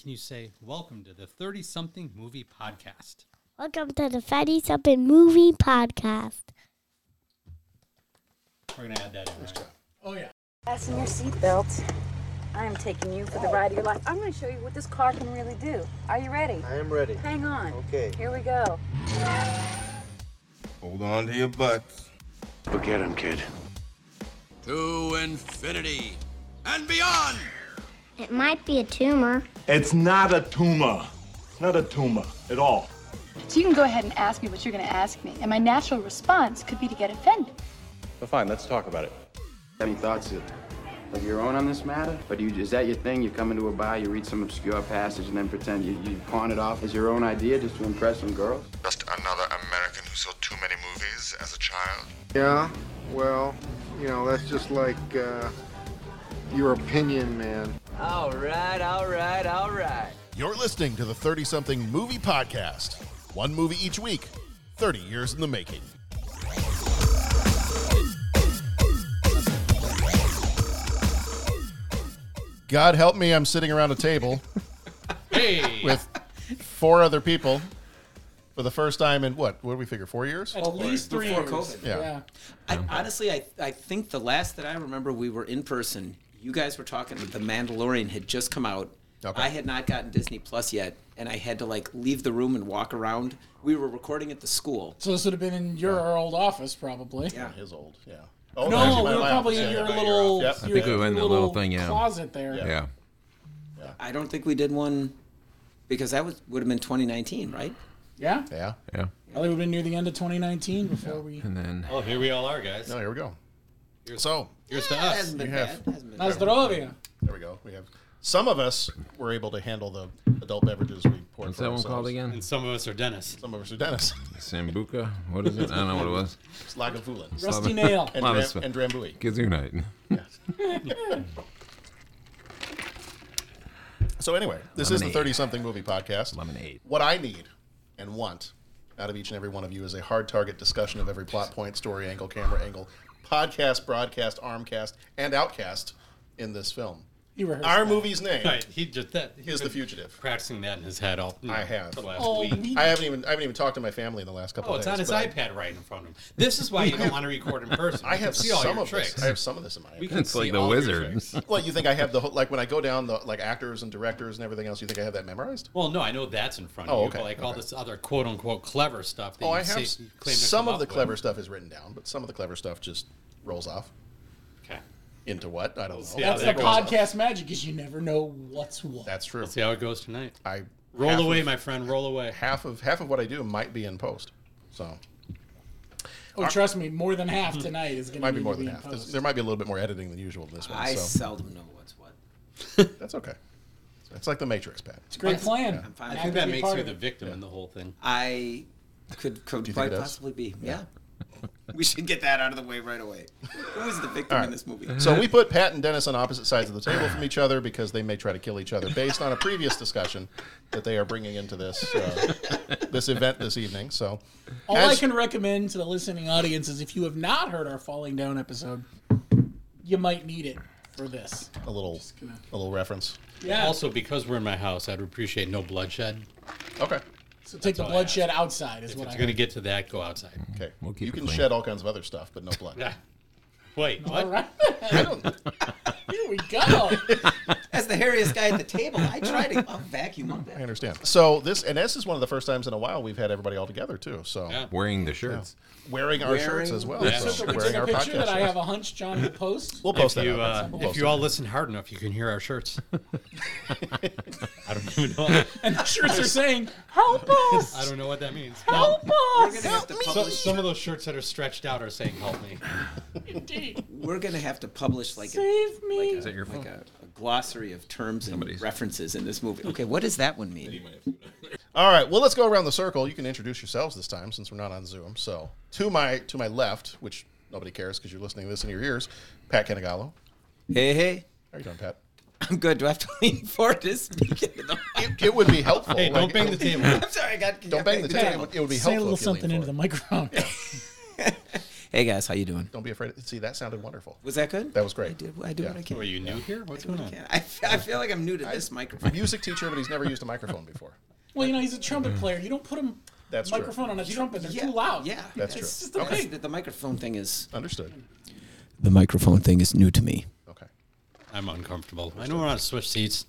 can you say, Welcome to the 30 something movie podcast? Welcome to the Fatty Something Movie Podcast. We're going to add that in. Right? Fasten your seatbelt. I am taking you for the ride of your life. I'm going to show you what this car can really do. Are you ready? I am ready. Hang on. Okay. Here we go. Hold on to your butts. Look at him, kid. to infinity and beyond. It might be a tumor. It's not a tumor. It's Oh, not a tumor at all. So you can go ahead and ask me what you're going to ask me, and my natural response could be to get offended. Well, fine, let's talk about it. Any thoughts of, of your own on this matter? But you, is that your thing? You come into a bar, you read some obscure passage, and then pretend you, you pawn it off as your own idea just to impress some girls? Just another American who saw too many movies as a child. Yeah, well, you know, that's just like uh, your opinion, man. All right, all right, all right. You're listening to the 30 something movie podcast. One movie each week, 30 years in the making. God help me, I'm sitting around a table Hey! with four other people for the first time in what? What did we figure? Four years? At least three Before years. COVID. Yeah. I, honestly, I, I think the last that I remember we were in person, you guys were talking, The Mandalorian had just come out. Okay. I had not gotten Disney Plus yet, and I had to like leave the room and walk around. We were recording at the school. So this would have been in your old office, probably. Yeah. His old, yeah. Oh, No, actually, we my were lap probably was in your about little. off. Yep. your- think we were in your the little thing, yeah. Closet there. Yeah. Yeah. I don't think we did one because that was would have been 2019, right? Yeah. Yeah. Yeah. I think we've been near the end of 2019 before we. And then Oh, here we all are, guys. No, here we go. So Here's to us. Hasn't been You bad. have- Hasn't been bad. Nazdrovia. there we go. We have some of us were able to handle the adult beverages we poured what's for that one ourselves. called again? And some of us are Dennis. Some of us are Dennis, Sambuca. What is it? I don't know what it was. Slagavulin, Rusty nail. and, Lot of Dram- stuff. and Drambuie. Kids unite. So anyway, this is Lemonade. the 30-something movie podcast. Lemonade. What I need and want out of each and every one of you is a hard target discussion of every plot point, story angle, camera angle, podcast, broadcast, armcast, and outcast in this film. You rehearsed. Our movie's name Right, he just that. He is The Fugitive. practicing that in his head all. I have. The last Oh, week. we- I haven't even I haven't even talked to my family in the last couple Oh, of it's days. on his but I- iPad right in front of him. This is why you don't want to record in person. I We can have see all some your of tricks. this. I have some of this in my We head. can It's like see the all your wizard. tricks. Well, you think I have the whole like when I go down the like actors and directors and everything else, you think I have that memorized? Well, no, I know that's in front Oh, of you, okay, but like all okay. this other quote unquote clever stuff that Oh, you I have say, s- you claim to some come of the up clever with. stuff is written down, but some of the clever stuff just rolls off Okay. into what I don't know. Yeah, That's there the goes. podcast magic, is you never know what's what. That's true. See how it goes tonight. I Roll half away, Of, my friend. Roll away. half of half of what I do might be in post, so oh, trust me, more than half tonight is going to might be be more to be than in half. There's- post. There might be a little bit more editing than usual in this one, I so seldom know what's what. that's okay. It's like the Matrix, Pat. It's a great plan. I'm fine. I I think that makes part you of the it. victim in the whole thing. I could could think quite it is? possibly be. Yeah. we should get that out of the way right away. Who is the victim in this movie? So we put Pat and Dennis on opposite sides of the table from each other because they may try to kill each other based on a previous discussion that they are bringing into this uh, this event this evening. So, All I as- can recommend to the listening audience is if you have not heard our Falling Down episode, you might need it for this. a little gonna- a little reference. Yeah. Also, because we're in my house, I'd appreciate no bloodshed. Okay, so take the all I bloodshed outside is what If I you're gonna get to that, go outside. okay. We'll keep you it can clean. shed all kinds of other stuff, but no blood. Yeah. Wait, All what? right. I don't. Here we go. As the hairiest guy at the table, I try to I'll vacuum up I that. understand. So this and this is one of the first times in a while we've had everybody all together too. So Yeah. Wearing the shirts. wearing our shirts as well. Yeah. so So we took wearing a our picture podcast. that I shirts. have a hunch John will post. We'll If post that. you up. uh, We'll if post you that all up. listen hard enough, you can hear our shirts. I don't even know. And the shirts are saying, help us. I don't know what that means. Help We're us. gonna have to So, publish. some of those shirts that are stretched out are saying "Help me." Oh Indeed. We're gonna have to publish like a, Save me. Is that your phone? like a, a glossary of terms and references in this movie. Okay, what does that one mean? All right. Well, let's go around the circle. You can introduce yourselves this time since we're not on Zoom. So to my to my left, which nobody cares because you're listening to this in your ears, Pat Canigallo. Hey, hey. How you doing, Pat? I'm good. Do I have to lean forward to speak into the mic? It would be helpful. Hey, don't like- bang the table. I'm sorry, I got Don't bang the table. It would be Say a helpful. little if something you leaned into the forward. microphone. Hey guys, how you doing? Don't be afraid. See, that sounded wonderful. Was that good? That was great. I did. I did what I can. Were you new here? What's going on? I, f- I feel like I'm new to this microphone. Music teacher, but he's never used a microphone before. Well, you know, he's a trumpet player. You don't put a That's true. microphone on a trumpet. They're yeah, too loud. Yeah, That's It's true. just a Okay. thing. The, the microphone thing is understood. The microphone thing is new to me. Okay. I'm uncomfortable. I know we're not switch seats.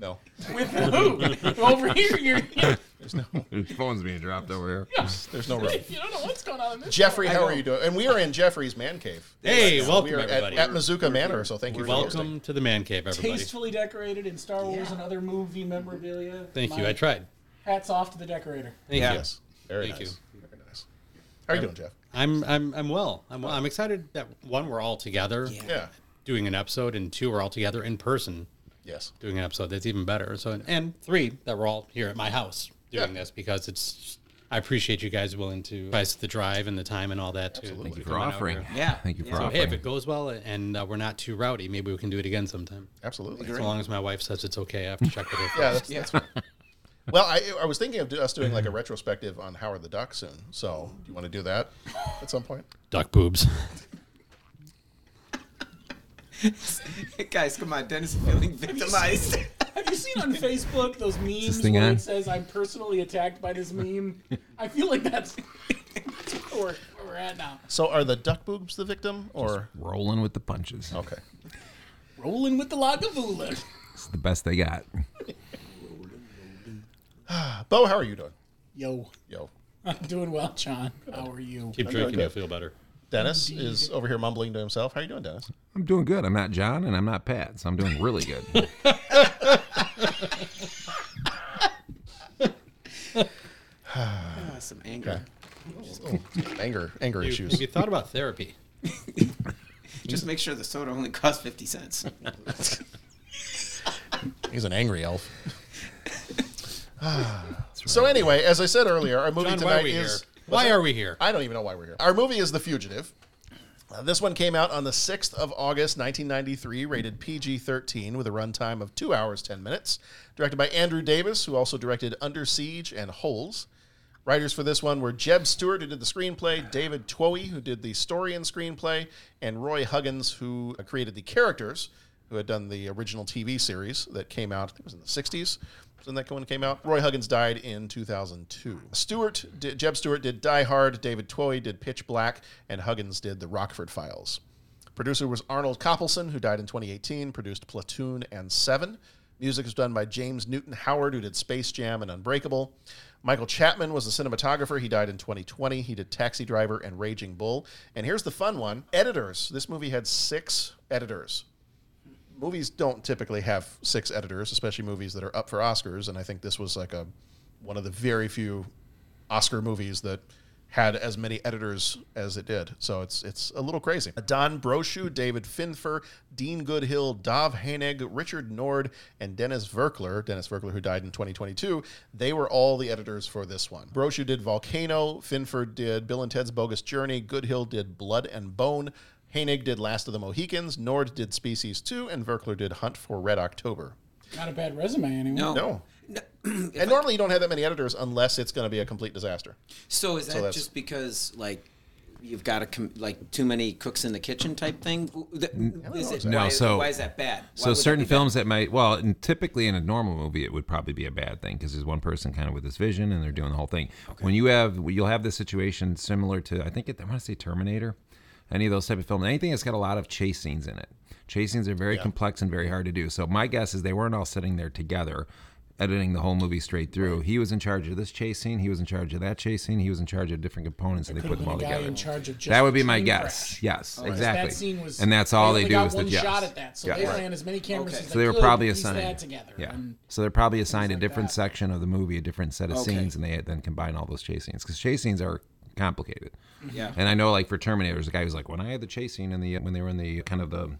no. With who? Over here, you're- There's no. Your phone's being dropped over here. There's, there's no room. You don't know what's going on in this. Jeffrey, show. how are you doing? And we are in Jeffrey's man cave. Hey, Right now. welcome we are at- everybody. at, Mazuka Manor. So thank you. for Welcome to the man cave, everybody. Tastefully decorated in Star Wars and other movie memorabilia. Thank you. My I tried. Hats off to the decorator. Thank you. Yes. Very Thank nice. you. Very nice. How are you doing, Jeff? I'm I'm I'm well. I'm well. I'm excited that one we're all together. Yeah. Doing an episode, and two we're all together in person. Yes. Doing an episode that's even better. So and three that we're all here at my house doing Yeah. this because it's. I appreciate you guys willing to price the drive and the time and all that too. Thank you for offering. Yeah. Thank you for so hey, if offering. it goes well and uh, we're not too rowdy, maybe we can do it again sometime. Absolutely. As long as my wife says it's okay, I have to check with her first. Yeah, that's, that's fine. Well, I, I was thinking of do- us doing like a retrospective on Howard the Duck soon. So, do you want to do that at some point? Duck boobs. guys, come on. Dennis is feeling victimized. Have you seen on Facebook those memes thing where on? it says "I'm personally attacked by this meme"? I feel like that's, that's where, we're, where we're at now. So, are the duck boobs the victim or Rolling with the punches. Okay. Rolling with the Lagavulin. It's the best they got. Bo? How are you doing? Yo, Yo, I'm doing well, John. How are you? Keep I'm doing drinking, good. you'll feel better. Dennis is over here mumbling to himself. How are you doing, Dennis? I'm doing good. I'm not John and I'm not Pat, so I'm doing really good. Ah, some anger. Oh, anger, anger You- issues. Have you thought about therapy? Just make sure the soda only costs 50 cents. He's an angry elf. So anyway, as I said earlier, our movie John, why tonight are we is here? Why are we here? I don't even know why we're here. Our movie is The Fugitive. Uh, this one came out on the 6th of August, 1993, rated PG 13 with a runtime of 2 hours, 10 minutes. Directed by Andrew Davis, who also directed Under Siege and Holes. Writers for this one were Jeb Stewart, who did the screenplay, David Twoe, who did the story and screenplay, and Roy Huggins, who uh, created the characters, who had done the original TV series that came out, I think it was in the 60s. When that one came out, Roy Huggins died in 2002. Stewart, did, Jeb Stewart did Die Hard, David Twoe did Pitch Black, and Huggins did The Rockford Files. Producer was Arnold Coppelson, who died in 2018, produced Platoon and Seven. Music was done by James Newton Howard, who did Space Jam and Unbreakable. Michael Chapman was the cinematographer. He died in 2020. He did Taxi Driver and Raging Bull. And here's the fun one editors. This movie had six editors. Movies don't typically have six editors, especially movies that are up for Oscars. And I think this was like a one of the very few Oscar movies that had as many editors as it did. So it's it's a little crazy. Don Brochu, David Finfer, Dean Goodhill, Dov Hainig, Richard Nord, and Dennis Verkler, Dennis Verkler who died in 2022, they were all the editors for this one. Brochu did Volcano, Finfer did Bill and Ted's Bogus Journey, Goodhill did Blood and Bone, Hainig did Last of the Mohicans, Nord did Species 2, and Verkler did Hunt for Red October. Not a bad resume anyway. No. No. and normally you don't have that many editors unless it's going to be a complete disaster. So is So that that's- just because like you've got to com- like too many cooks in the kitchen type thing? Th- Is it, No, why, so why is that bad? Why so would that certain be bad? films that might well, and typically in a normal movie, it would probably be a bad thing because there's one person kind of with this vision and they're doing the whole thing. When you have, you'll have this situation similar to I think it, I want to say Terminator, any of those type of films, anything that's got a lot of chase scenes in it. Chase scenes are very complex and very hard to do. So my guess is they weren't all sitting there together. Editing the whole movie straight through. He was in charge of this chase scene. He was in charge of that chase scene. He was in charge of different components, and they Could put have them been a all guy together. in charge of just that would the be my train guess. crash. Yes, Because exactly. That scene was, and that's all they, only do got is the one yes. shot at that, so Yeah. they ran as many cameras as they, So they were could probably to piece assigned. that together. Yeah. And So they're probably assigned a different section of the movie, a different set of Okay. scenes, and they then combine all those chase scenes because chase scenes are complicated. Yeah. And I know, like for Terminator, there's a guy who's like, when I had the chase scene in the when they were in the kind of the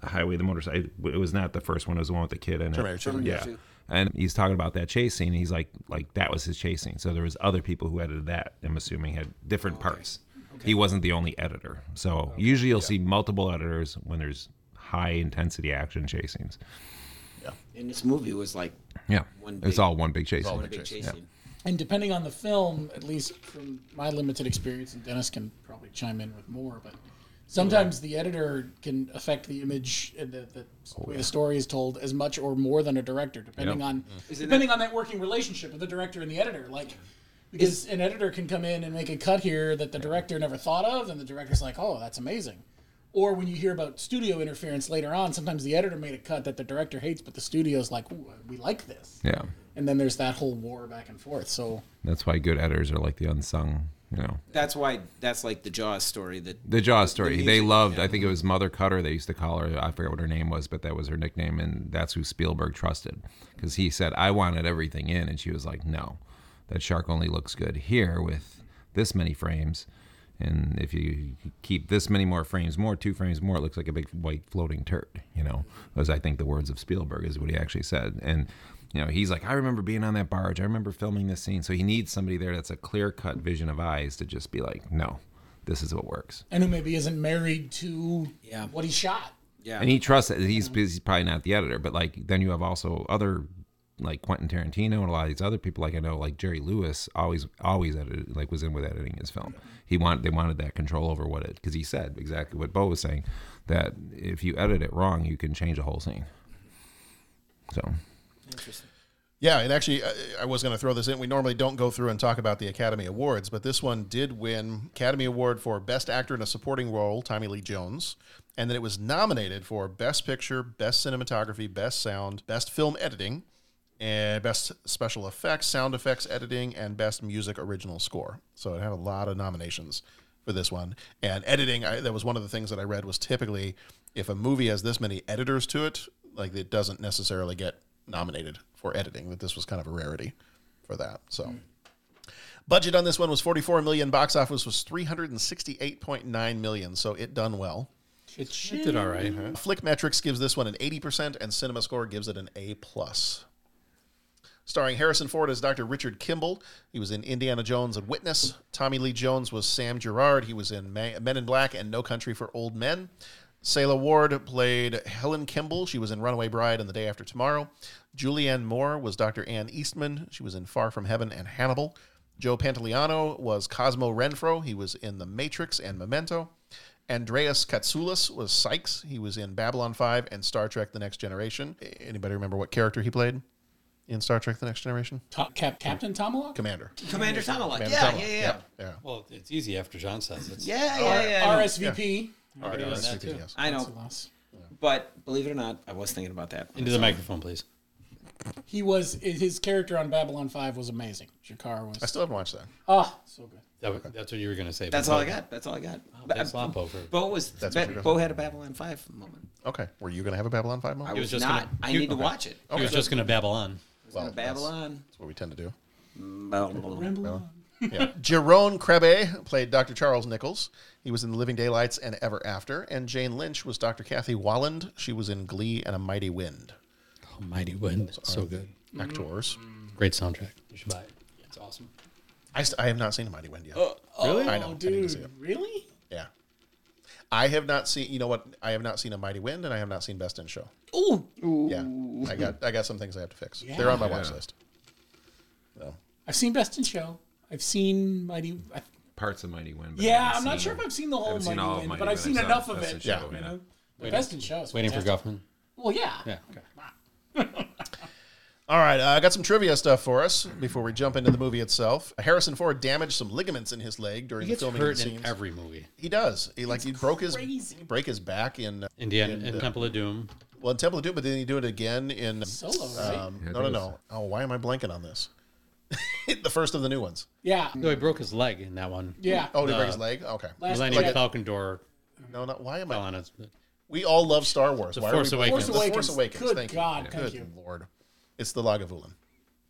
the highway, the motorcycle. It was not the first one. It was the one with the kid in Terminator it. two. Terminator Yeah. two. And he's talking about that chase scene. And he's like, like that was his chase scene. So there was other people who edited that. I'm assuming had different parts. He wasn't the only editor. So usually you'll see multiple editors when there's high intensity action chase scenes. in this movie was like Yeah, one it's big- all one big chase. One scene. big chase Yeah. scene. And depending on the film, at least from my limited experience, and Dennis can probably chime in with more, but sometimes the editor can affect the image uh, and the, the Oh, way the story is told as much or more than a director, depending Yeah. on Mm. Is it depending on that working relationship of the director and the editor. Like, because an editor can come in and make a cut here that the director never thought of, and the director's like, "Oh, that's amazing." Or when you hear about studio interference later on, sometimes the editor made a cut that the director hates, but the studio's like, Ooh, "We like this." Yeah. And then there's that whole war back and forth. So That's why good editors are like the unsung, you know. That's why that's like the Jaws story. That The Jaws story. the they music, loved. yeah. I think it was Mother Cutter. They used to call her. I forget what her name was, but that was her nickname, and that's who Spielberg trusted because he said, "I wanted everything in," and she was like, "No, that shark only looks good here with this many frames." And if you keep this many more frames, more two frames more, it looks like a big white floating turd. You know, was I think the words of Spielberg is what he actually said. And you know, he's like, I remember being on that barge. I remember filming this scene. So he needs somebody there that's a clear cut vision of eyes to just be like, no, this is what works. and who maybe isn't married to what he shot. Yeah. And he trusts it. He's, he's probably not the editor, but like then you have also other like Quentin Tarantino and a lot of these other people like I know like Jerry Lewis always always edited like was in with editing his film. He wanted they wanted that control over what it because he said exactly what Bo was saying that if you edit it wrong you can change the whole scene. So Interesting. Yeah, and actually, I, I was going to throw this in. We normally don't go through and talk about the Academy Awards, but this one did win Academy Award for Best Actor in a Supporting Role, Tommy Lee Jones, and then it was nominated for Best Picture, Best Cinematography, Best Sound, Best Film Editing, and Best Special Effects, Sound Effects Editing, and Best Music Original Score. So it had a lot of nominations for this one. And editing, I, that was one of the things that I read was typically if a movie has this many editors to it, like it doesn't necessarily get nominated for editing. That this was kind of a rarity for that. So. Budget on this one was 44 million. Box office was 368.9 million. So it done well. It, did all right. Flick Metrics gives this one an 80%, and Cinema Score gives it an A plus. Starring Harrison Ford as Dr. Richard Kimball. He was in Indiana Jones and Witness. Tommy Lee Jones was Sam Gerard. He was in Ma- Men in Black and No Country for Old Men. Sayla Ward played Helen Kimball. She was in Runaway Bride and The Day After Tomorrow. Julianne Moore was Dr. Ann Eastman. She was in Far From Heaven and Hannibal. Joe Pantoliano was Cosmo Renfro. He was in The Matrix and Memento. Andreas Katsoulis was Sykes. He was in Babylon 5 and Star Trek The Next Generation. Anybody remember what character he played in Star Trek The Next Generation? Top Cap- Captain Tomahawk? Commander. Commander Tomahawk. Commander Yeah, Tomahawk, yeah, yeah, yep, yeah. Well, it's easy after John says it. Yeah, yeah, R- yeah, I know. RSVP. Yeah. Alright, Everybody does that RSVP, too. yes. I That's a know. loss. But believe it or not, I was thinking about that. Into the microphone, please. He was his character on Babylon Five was amazing. Jakar was. I still haven't watched that. Ah, so good. That was- that's what you were going to say. That's but- all I got. That's all I got. uh, Oh, that's lop over. Bo was. That's Bo, what you're had a Babylon Five moment. Okay. Were you going to have a Babylon 5 I moment? He was, not. gonna- I he- need to okay. watch it. He was just going to babble on. Well, gonna Babylon. That's what we tend to do. Babylon. Yeah. Jerome Krebe played Dr. Charles Nichols. He was in The Living Daylights and Ever After. And Jane Lynch was Dr. Kathy Walland. She was in Glee and A Mighty Wind. Almighty wind. So good. Mm-hmm. Actors. Great soundtrack. You should buy it. It's awesome. I, st- I have not seen A Mighty Wind yet. Oh, I know. I need to dude, see it. really? Yeah. I have not seen. You know what? I have not seen a Mighty Wind, and I have not seen Best in Show. Ooh, Yeah, I got I got some things I have to fix. They're on my watch Yeah. list. So. I've seen Best in Show. I've seen Mighty. I, parts of Mighty Wind. but I yeah, haven't I'm not seen sure it. if I've seen the whole Haven't seen Mighty all of Wind, Mighty but I've seen Wind. I saw enough of Best in it. Show, you yeah. know? The Best in Show. is Waiting for fantastic. Guffman. Well, yeah. Yeah. Okay. All right, uh, I got some trivia stuff for us before we jump into the movie itself. Harrison Ford damaged some ligaments in his leg during He the gets filming hurt scenes. in every movie. he does. He like he broke his crazy. break his back in Indiana in, and uh, Temple of Doom. well in Temple of Doom, but then he do it again in Solo, right? um, Yeah, I no no think it no. Oh, why am I blanking on this? the first of the new ones. yeah. No, he broke his leg in that one. Yeah. Oh, did he Uh, break his leg? Okay. Last Millennium Like a- Falcon door No, not why am fell I? on us. We all love Star Wars. The Why Force are we Awakens. The Force Force Awakens. Awakens. Good Thank God, you. thank Good you. Lord. It's the Lagavulin.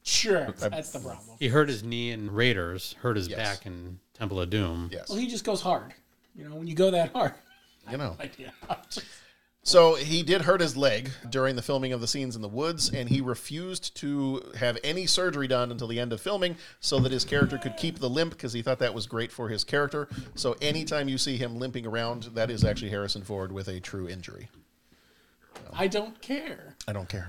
Sure, that's the problem. He hurt his knee in Raiders. Hurt his Yes. back in Temple of Doom. Yes. Well, he just goes hard. You know, when you go that hard. You know. Like, yeah. So he did hurt his leg during the filming of the scenes in the woods, and he refused to have any surgery done until the end of filming so that his character could keep the limp because he thought that was great for his character. So anytime you see him limping around, that is actually Harrison Ford with a true injury. I don't care. I don't care.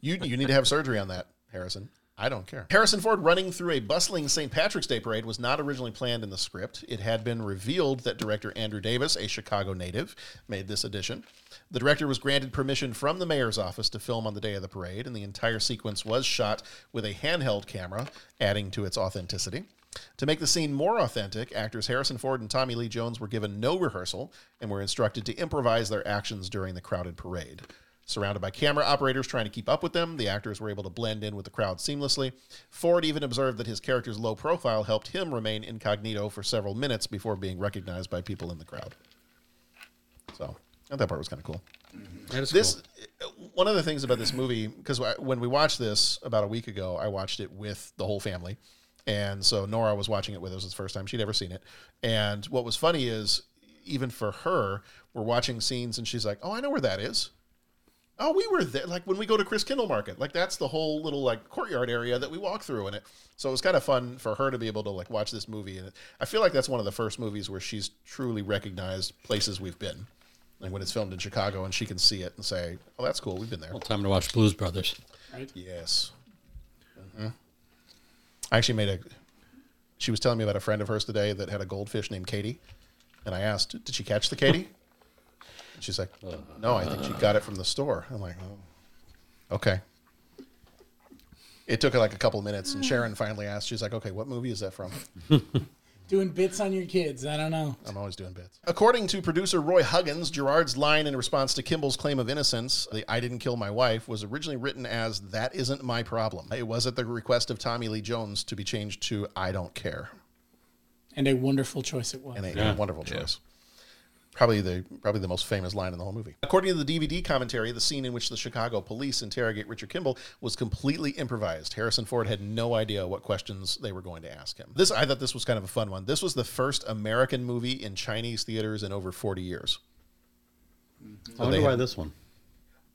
you you need to have surgery on that, Harrison. I don't care. Harrison Ford running through a bustling St. Patrick's Day parade was not originally planned in the script. It had been revealed that director Andrew Davis, a Chicago native, made this addition. The director was granted permission from the mayor's office to film on the day of the parade, and the entire sequence was shot with a handheld camera, adding to its authenticity. To make the scene more authentic, actors Harrison Ford and Tommy Lee Jones were given no rehearsal and were instructed to improvise their actions during the crowded parade. Surrounded by camera operators trying to keep up with them, the actors were able to blend in with the crowd seamlessly. Ford even observed that his character's low profile helped him remain incognito for several minutes before being recognized by people in the crowd. So, I thought that part was kind of cool. this uh, one of the things about this movie because when we watched this about a week ago, I watched it with the whole family, and so Nora was watching it with us. It was the first time she'd ever seen it, and what was funny is even for her, we're watching scenes and she's like, "Oh, I know where that is." oh, we were there. Like when we go to Chris Kindle Market, like that's the whole little like courtyard area that we walk through in it. So it was kind of fun for her to be able to like watch this movie. And I feel like that's one of the first movies where she's truly recognized places we've been. Like when it's filmed in Chicago and she can see it and say, oh, that's cool. We've been there. Well, time to watch Blues Brothers. Right? Yes. Mhm. I actually made a. She was telling me about a friend of hers today that had a goldfish named Katie. And I asked, did she catch the Katie? And she's like, no, I think she got it from the store. I'm like, oh, okay. It took her like a couple minutes, and Sharon finally asked, she's like, okay, what movie is that from? Doing bits on your kids. I don't know. I'm always doing bits. According to producer Roy Huggins, Gerard's line in response to Kimball's claim of innocence, the I didn't kill my wife, was originally written as That Isn't My Problem. It was at the request of Tommy Lee Jones to be changed to I Don't Care. And a wonderful choice it was. And a wonderful choice. Probably the probably the most famous line in the whole movie. According to the DVD commentary, the scene in which the Chicago police interrogate Richard Kimball was completely improvised. Harrison Ford had no idea what questions they were going to ask him. This I thought this was kind of a fun one. This was the first American movie in Chinese theaters in over 40 years. I wonder why this one.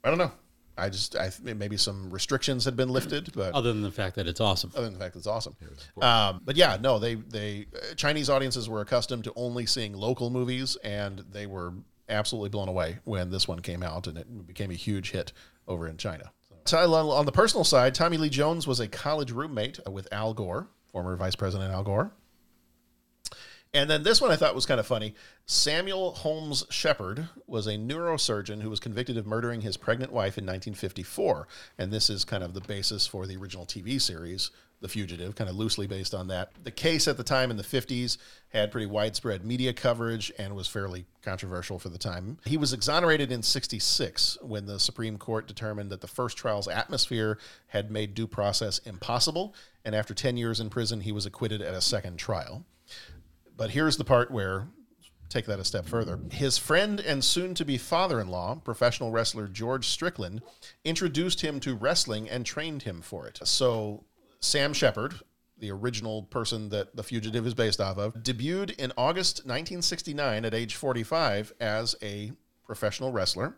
I don't know. I just I th- maybe some restrictions had been lifted, but Other than the fact that it's awesome. other than the Oh, fact that it's awesome. Um, but yeah, no, they they uh, Chinese audiences were accustomed to only seeing local movies, and they were absolutely blown away when this one came out, and it became a huge hit over in China. So, Tyler, on the personal side, Tommy Lee Jones was a college roommate with Al Gore, former Vice President Al Gore. And then this one I thought was kind of funny. Samuel Holmes Shepard was a neurosurgeon who was convicted of murdering his pregnant wife in 1954. And this is kind of the basis for the original TV series, The Fugitive, kind of loosely based on that. The case at the time in the 50s had pretty widespread media coverage and was fairly controversial for the time. He was exonerated in 66 when the Supreme Court determined that the first trial's atmosphere had made due process impossible. And after 10 years in prison, he was acquitted at a second trial. But here's the part where take that a step further. His friend and soon to be father in law, professional wrestler George Strickland, introduced him to wrestling and trained him for it. So Sam Shepard, the original person that The Fugitive is based off of, debuted in August 1969 at age 45 as a professional wrestler.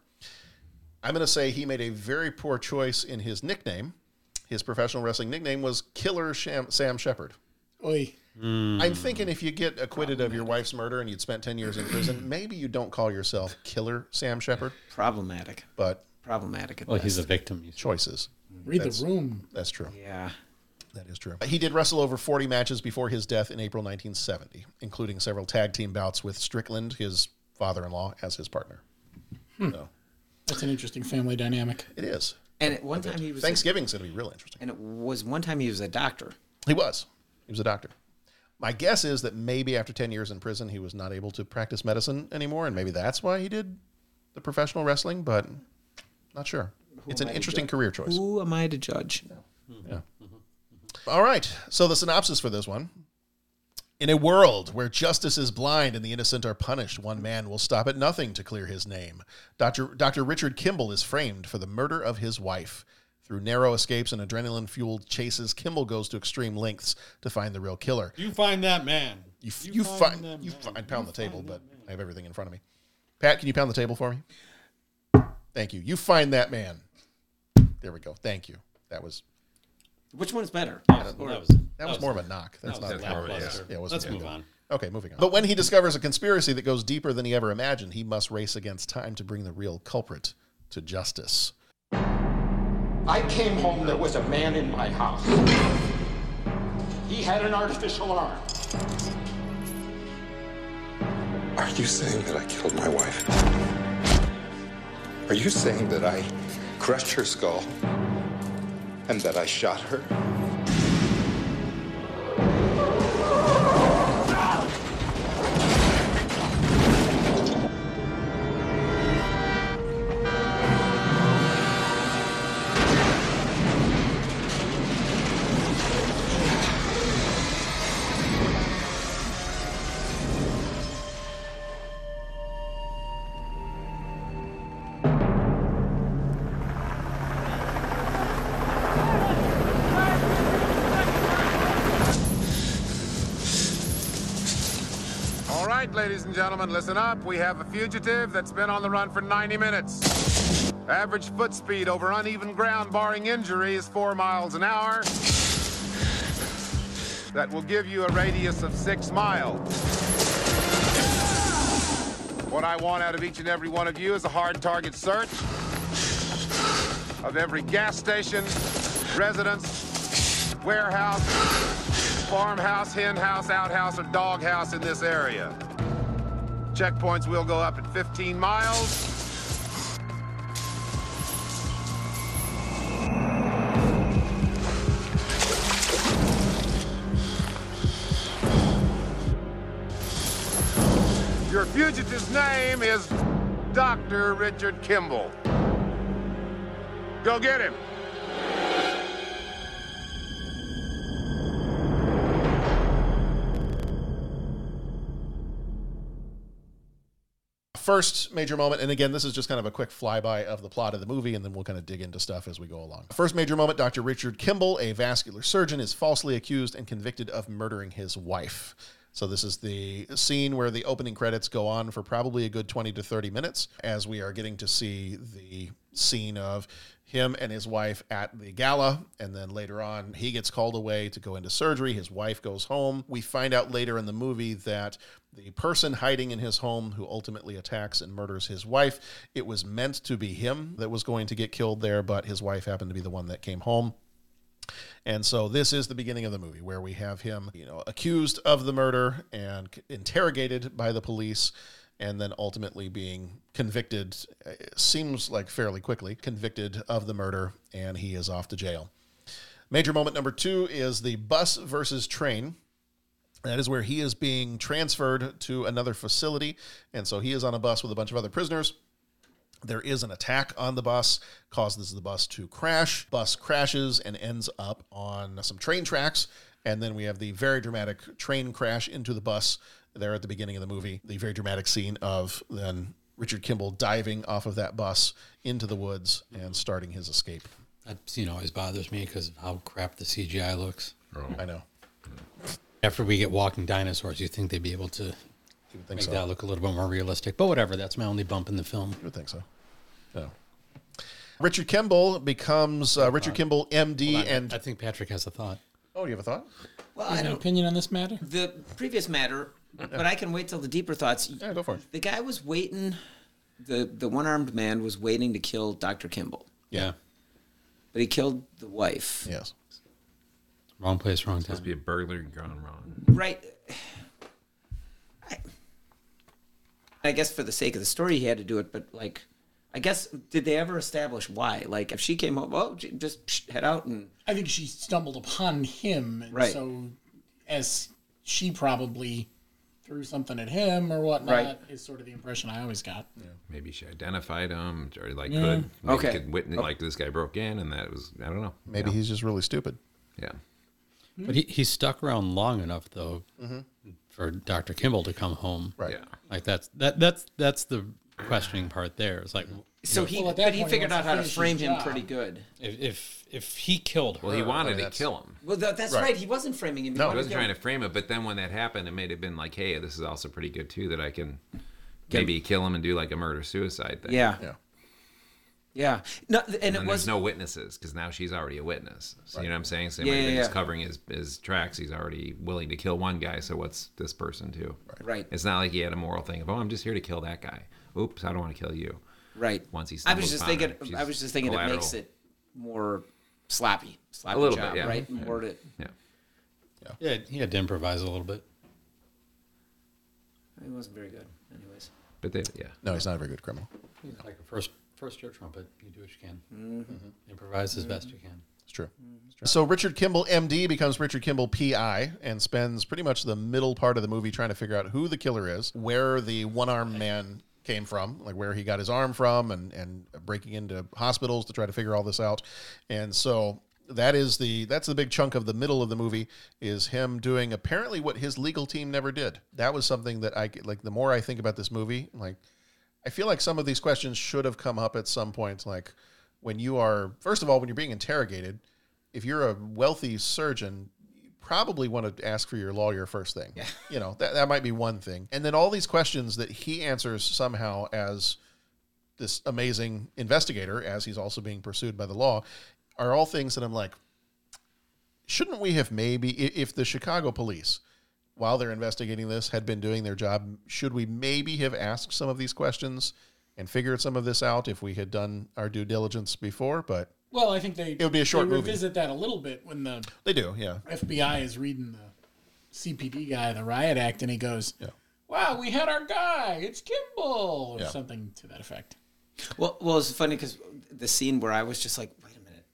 I'm going to say he made a very poor choice in his nickname. His professional wrestling nickname was Killer Sham- Sam Shepard. Oy. I'm thinking if you get acquitted of your wife's murder and you'd spent 10 years in prison, maybe you don't call yourself Killer Sam Shepard. Problematic. But Problematic. At Well, he's a best. victim. you see. choices. Read That's- the room. That's true. Yeah. That is true. He did wrestle over 40 matches before his death in April 1970, including several tag team bouts with Strickland, his father in law, as his partner. So That's an interesting family dynamic. it is. And at one time he was. a- Thanksgiving's going to be real interesting. and it was one time he was a doctor. He was. He was a doctor. My guess is that maybe after 10 years in prison, he was not able to practice medicine anymore, and maybe that's why he did the professional wrestling, but not sure. it's an am I to interesting judge? career choice. Who am I to judge? Mm-hmm. All right. So the synopsis for this one. In a world where justice is blind and the innocent are punished, one man will stop at nothing to clear his name. Dr. Dr. Richard Kimball is framed for the murder of his wife. Through narrow escapes and adrenaline fueled chases, Kimball goes to extreme lengths to find the real killer. You find that man. You, f- you, find, you find pound the table, but I have everything in front of me. Pat, can you pound the table for me? Thank you. You find that man. There we go. Thank you. That was Which one's better? That was, that, was, more of a knock. That's that was not a lackluster. Yeah, it wasn't Let's very move good. on. Okay, moving on. But when he discovers a conspiracy that goes deeper than he ever imagined, he must race against time to bring the real culprit to justice. I came home, there was a man in my house. He had an artificial arm. Are you saying that I killed my wife? Are you saying that I crushed her skull and that I shot her? All right, ladies and gentlemen, listen up. We have a fugitive that's been on the run for 90 minutes. Average foot speed over uneven ground, barring injury, is four miles an hour. That will give you a radius of six miles. What I want out of each and every one of you is a hard target search of every gas station, residence, warehouse, farmhouse, hen house, outhouse, or dog house in this area. Checkpoints will go up at 15 miles. Your fugitive's name is Dr. Richard Kimball. Go get him. First major moment, and again, this is just kind of a quick flyby of the plot of the movie, and then we'll kind of dig into stuff as we go along. First major moment Dr. Richard Kimball, a vascular surgeon, is falsely accused and convicted of murdering his wife. So, this is the scene where the opening credits go on for probably a good 20 to 30 minutes as we are getting to see the scene of him and his wife at the gala. And then later on, he gets called away to go into surgery. His wife goes home. We find out later in the movie that the person hiding in his home who ultimately attacks and murders his wife, it was meant to be him that was going to get killed there, but his wife happened to be the one that came home. And so this is the beginning of the movie where we have him, you know, accused of the murder and c- interrogated by the police and then ultimately being convicted uh, seems like fairly quickly convicted of the murder and he is off to jail. Major moment number 2 is the bus versus train. That is where he is being transferred to another facility and so he is on a bus with a bunch of other prisoners. There is an attack on the bus, causes the bus to crash. Bus crashes and ends up on some train tracks. And then we have the very dramatic train crash into the bus there at the beginning of the movie. The very dramatic scene of then Richard Kimball diving off of that bus into the woods and starting his escape. That scene always bothers me because of how crap the CGI looks. I know. After we get walking dinosaurs, you think they'd be able to make so. that look a little bit more realistic. But whatever, that's my only bump in the film. You would think so. No. Richard Kimball becomes uh, Richard Kimball, MD, and I think Patrick has a thought. Oh, you have a thought? Well, You I have an don't. opinion on this matter? The previous matter, but I can wait till the deeper thoughts. Yeah, go for it. The guy was waiting. The the one armed man was waiting to kill Doctor Kimball, Yeah. but he killed the wife. Yes. Wrong place, wrong time. Supposed to be a burglary gone wrong. Right. I, I guess for the sake of the story, he had to do it, but like, I guess did they ever establish why? Like, if she came home, oh, j- just psh, head out and I think she stumbled upon him, and Right. so as she probably threw something at him or whatnot Right. is sort of the impression I always got. Maybe she identified him, or like Yeah. could maybe Okay. could witness, Oh. like this guy broke in, and that was I don't know. Maybe he's just really stupid. Yeah. But he, he stuck around long enough though Mhm. for Dr. Kimball to come home. Right. Like that's that that's that's the questioning part there. It's like so you know, he, Well, at that but he point, he figured wants out to how to finish frame his him job. pretty good. if if if he killed her Well, he wanted to that's- kill him. Well, that, that's Right. right. He wasn't framing him. He No, he wanted wasn't to- trying to frame it. But then when that happened, it may have been like, hey, this is also pretty good too that I can maybe kill him and do like a murder suicide thing. Yeah. Yeah. Yeah. No, th- And, and, then it was there's no witnesses because now she's already a witness. So you know what I'm saying? So Yeah, yeah, yeah, he's yeah. covering his, his tracks. He's already willing to kill one guy. So what's this person too? Right. It's not like he had a moral thing of, oh, I'm just here to kill that guy. Oops, I don't want to kill you. Right. Once he's. I was just thinking. I was just thinking it makes it more sloppy, sloppy little job, bit, yeah. right? Yeah. More to Yeah, he had to improvise a little bit. He wasn't very good, anyways. But they, yeah. No, he's not a very good criminal. He's like a first first year trumpet. You do what you can. Mm-hmm. Improvise as best you can. Mm, It's true. So Richard Kimball, MD, becomes Richard Kimball, PI, and spends pretty much the middle part of the movie trying to figure out who the killer is, where the one-armed man came from, like where he got his arm from, and and breaking into hospitals to try to figure all this out. And so that is the that's the big chunk of the middle of the movie is him doing apparently what his legal team never did. That was something that I like. The more I think about this movie, like I feel like some of these questions should have come up at some point. Like when you are, first of all, when you're being interrogated, if you're a wealthy surgeon, you probably want to ask for your lawyer first thing. You know, that, that might be one thing. And then all these questions that he answers somehow as this amazing investigator, as he's also being pursued by the law, are all things that I'm like, shouldn't we have maybe, i- if the Chicago police, while they're investigating this, had been doing their job, should we maybe have asked some of these questions and figured some of this out if we had done our due diligence before? But Well, I think they It would be a short they movie. revisit that a little bit when the they do, yeah. FBI is reading the CPD guy the riot act, and he goes, "Wow, we had our guy. It's Kimball," or Yeah. something to that effect. Well, well, it's funny because the scene where I was just like, wait a minute,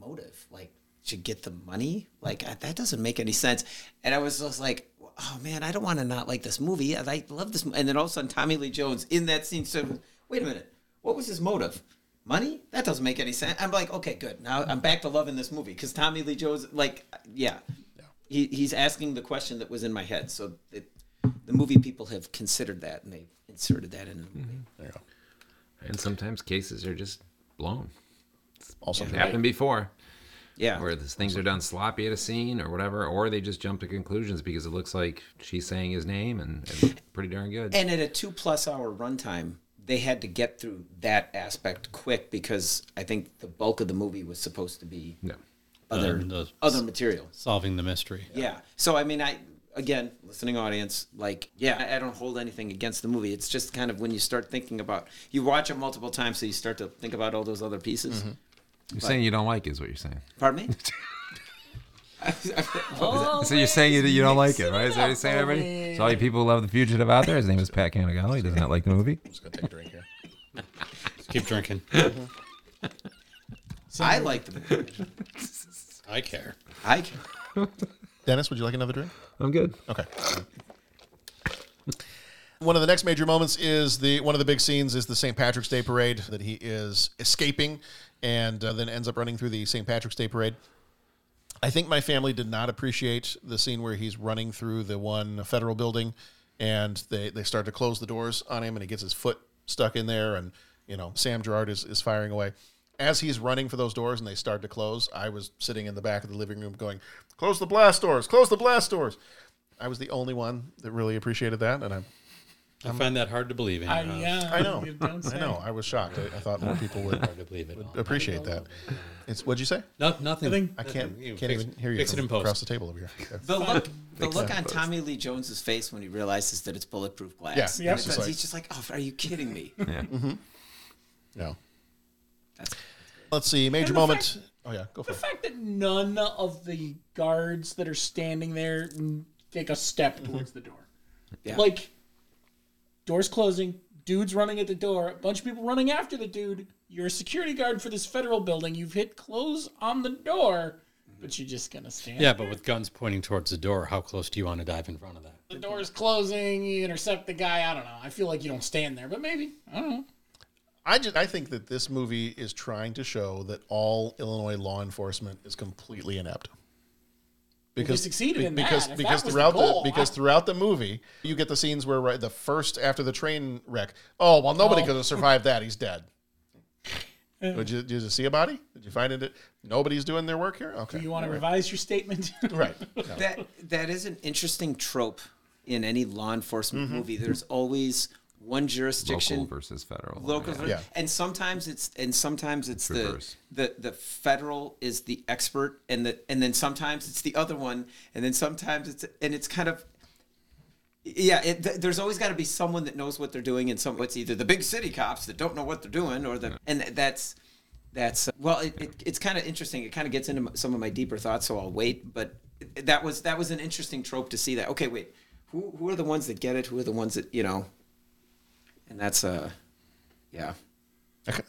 motive, like to get the money, like I- that doesn't make any sense. And I was just like, oh man, I don't want to not like this movie. I- I love this. mo-" And then all of a sudden, Tommy Lee Jones in that scene said, wait a minute, what was his motive? Money? That doesn't make any sense. I'm like, okay, good. Now I'm back to loving this movie because Tommy Lee Jones, like, yeah, He, he's asking the question that was in my head. So it, the movie people have considered that and they inserted that in the movie. There you go. And sometimes cases are just blown. Also It's true. happened before. Yeah. Where this, things are done sloppy at a scene or whatever, or they just jump to conclusions because it looks like she's saying his name and, and pretty darn good. And at a two plus hour runtime, they had to get through that aspect quick because I think the bulk of the movie was supposed to be No. Uh, other Um, those- other material. Solving the mystery. Yeah. So I mean, I again, listening audience, like, yeah, I, I don't hold anything against the movie. It's just kind of when you start thinking about, you watch it multiple times, so you start to think about all those other pieces. Mm-hmm. You're saying you don't like it, is what you're saying. Pardon me. So you're saying you, you don't like it, right? Is that what you're saying, everybody? So all you people who love The Fugitive out there, his name is Pat Canigallo. He does not like the movie. just gonna take a drink here. Keep drinking. I like the movie. I care. I care. Dennis, would you like another drink? I'm good. Okay. One of the next major moments is the one of the big scenes is the St. Patrick's Day parade that he is escaping, and uh, then ends up running through the St. Patrick's Day parade. I think my family did not appreciate the scene where he's running through the one federal building, and they they start to close the doors on him, and he gets his foot stuck in there, and you know Sam Gerard is is firing away. As he's running for those doors and they start to close, I was sitting in the back of the living room going, "Close the blast doors! Close the blast doors!" I was the only one that really appreciated that, and I'm I find that hard to believe. In, I- uh, yeah. I know. You don't I say. know. I was shocked. I, I thought more people would, Hard to believe it would all. appreciate that. It's what'd you say? No, nothing. Nothing. I can't. You can't fix- even hear you. fix it from in post. Across the table over here. The look, the Fix look it in on post. Tommy Lee Jones's face when he realizes that it's bulletproof glass. Yeah, yeah, Because it's like- he's just like, "Oh, are you kidding me?" Yeah. Mhm. No. That's- Let's see. Major And the moment. fact- oh yeah, go for the it. fact that none of the guards that are standing there n- take a step Mm-hmm. towards the door. Yeah. Like, doors closing, dudes running at the door, a bunch of people running after the dude. You're a security guard for this federal building. You've hit close on the door, but you're just gonna stand. Yeah, but with guns pointing towards the door, how close do you want to dive in front of that? the door's closing. You intercept the guy. I don't know. I feel like you don't stand there, but maybe I don't know. I just I think that this movie is trying to show that all Illinois law enforcement is completely inept. Well, they succeeded in that. because If that because was the throughout the, goal, because I- throughout the movie you get the scenes where right, the first after the train wreck oh well nobody Oh. could have survived that he's dead. uh, Did you, did you see a body? Did you find it? Nobody's doing their work here. Okay. Do you want to All right. revise your statement? Right. that that is an interesting trope in any law enforcement movie. There's always one jurisdiction Local versus federal. local ver- Yeah. and sometimes it's and sometimes it's It's the, reverse. the the federal is the expert and the and then sometimes it's the other one and then sometimes it's and it's kind of yeah it, th- there's always got to be someone that knows what they're doing and some it's either the big city cops that don't know what they're doing or the and that's That's uh, well, it, it, it's kind of interesting. It kind of gets into m- some of my deeper thoughts, so I'll wait. But it- that was that was an interesting trope to see that. Okay, wait, who who are the ones that get it? Who are the ones that you know? And that's uh, yeah,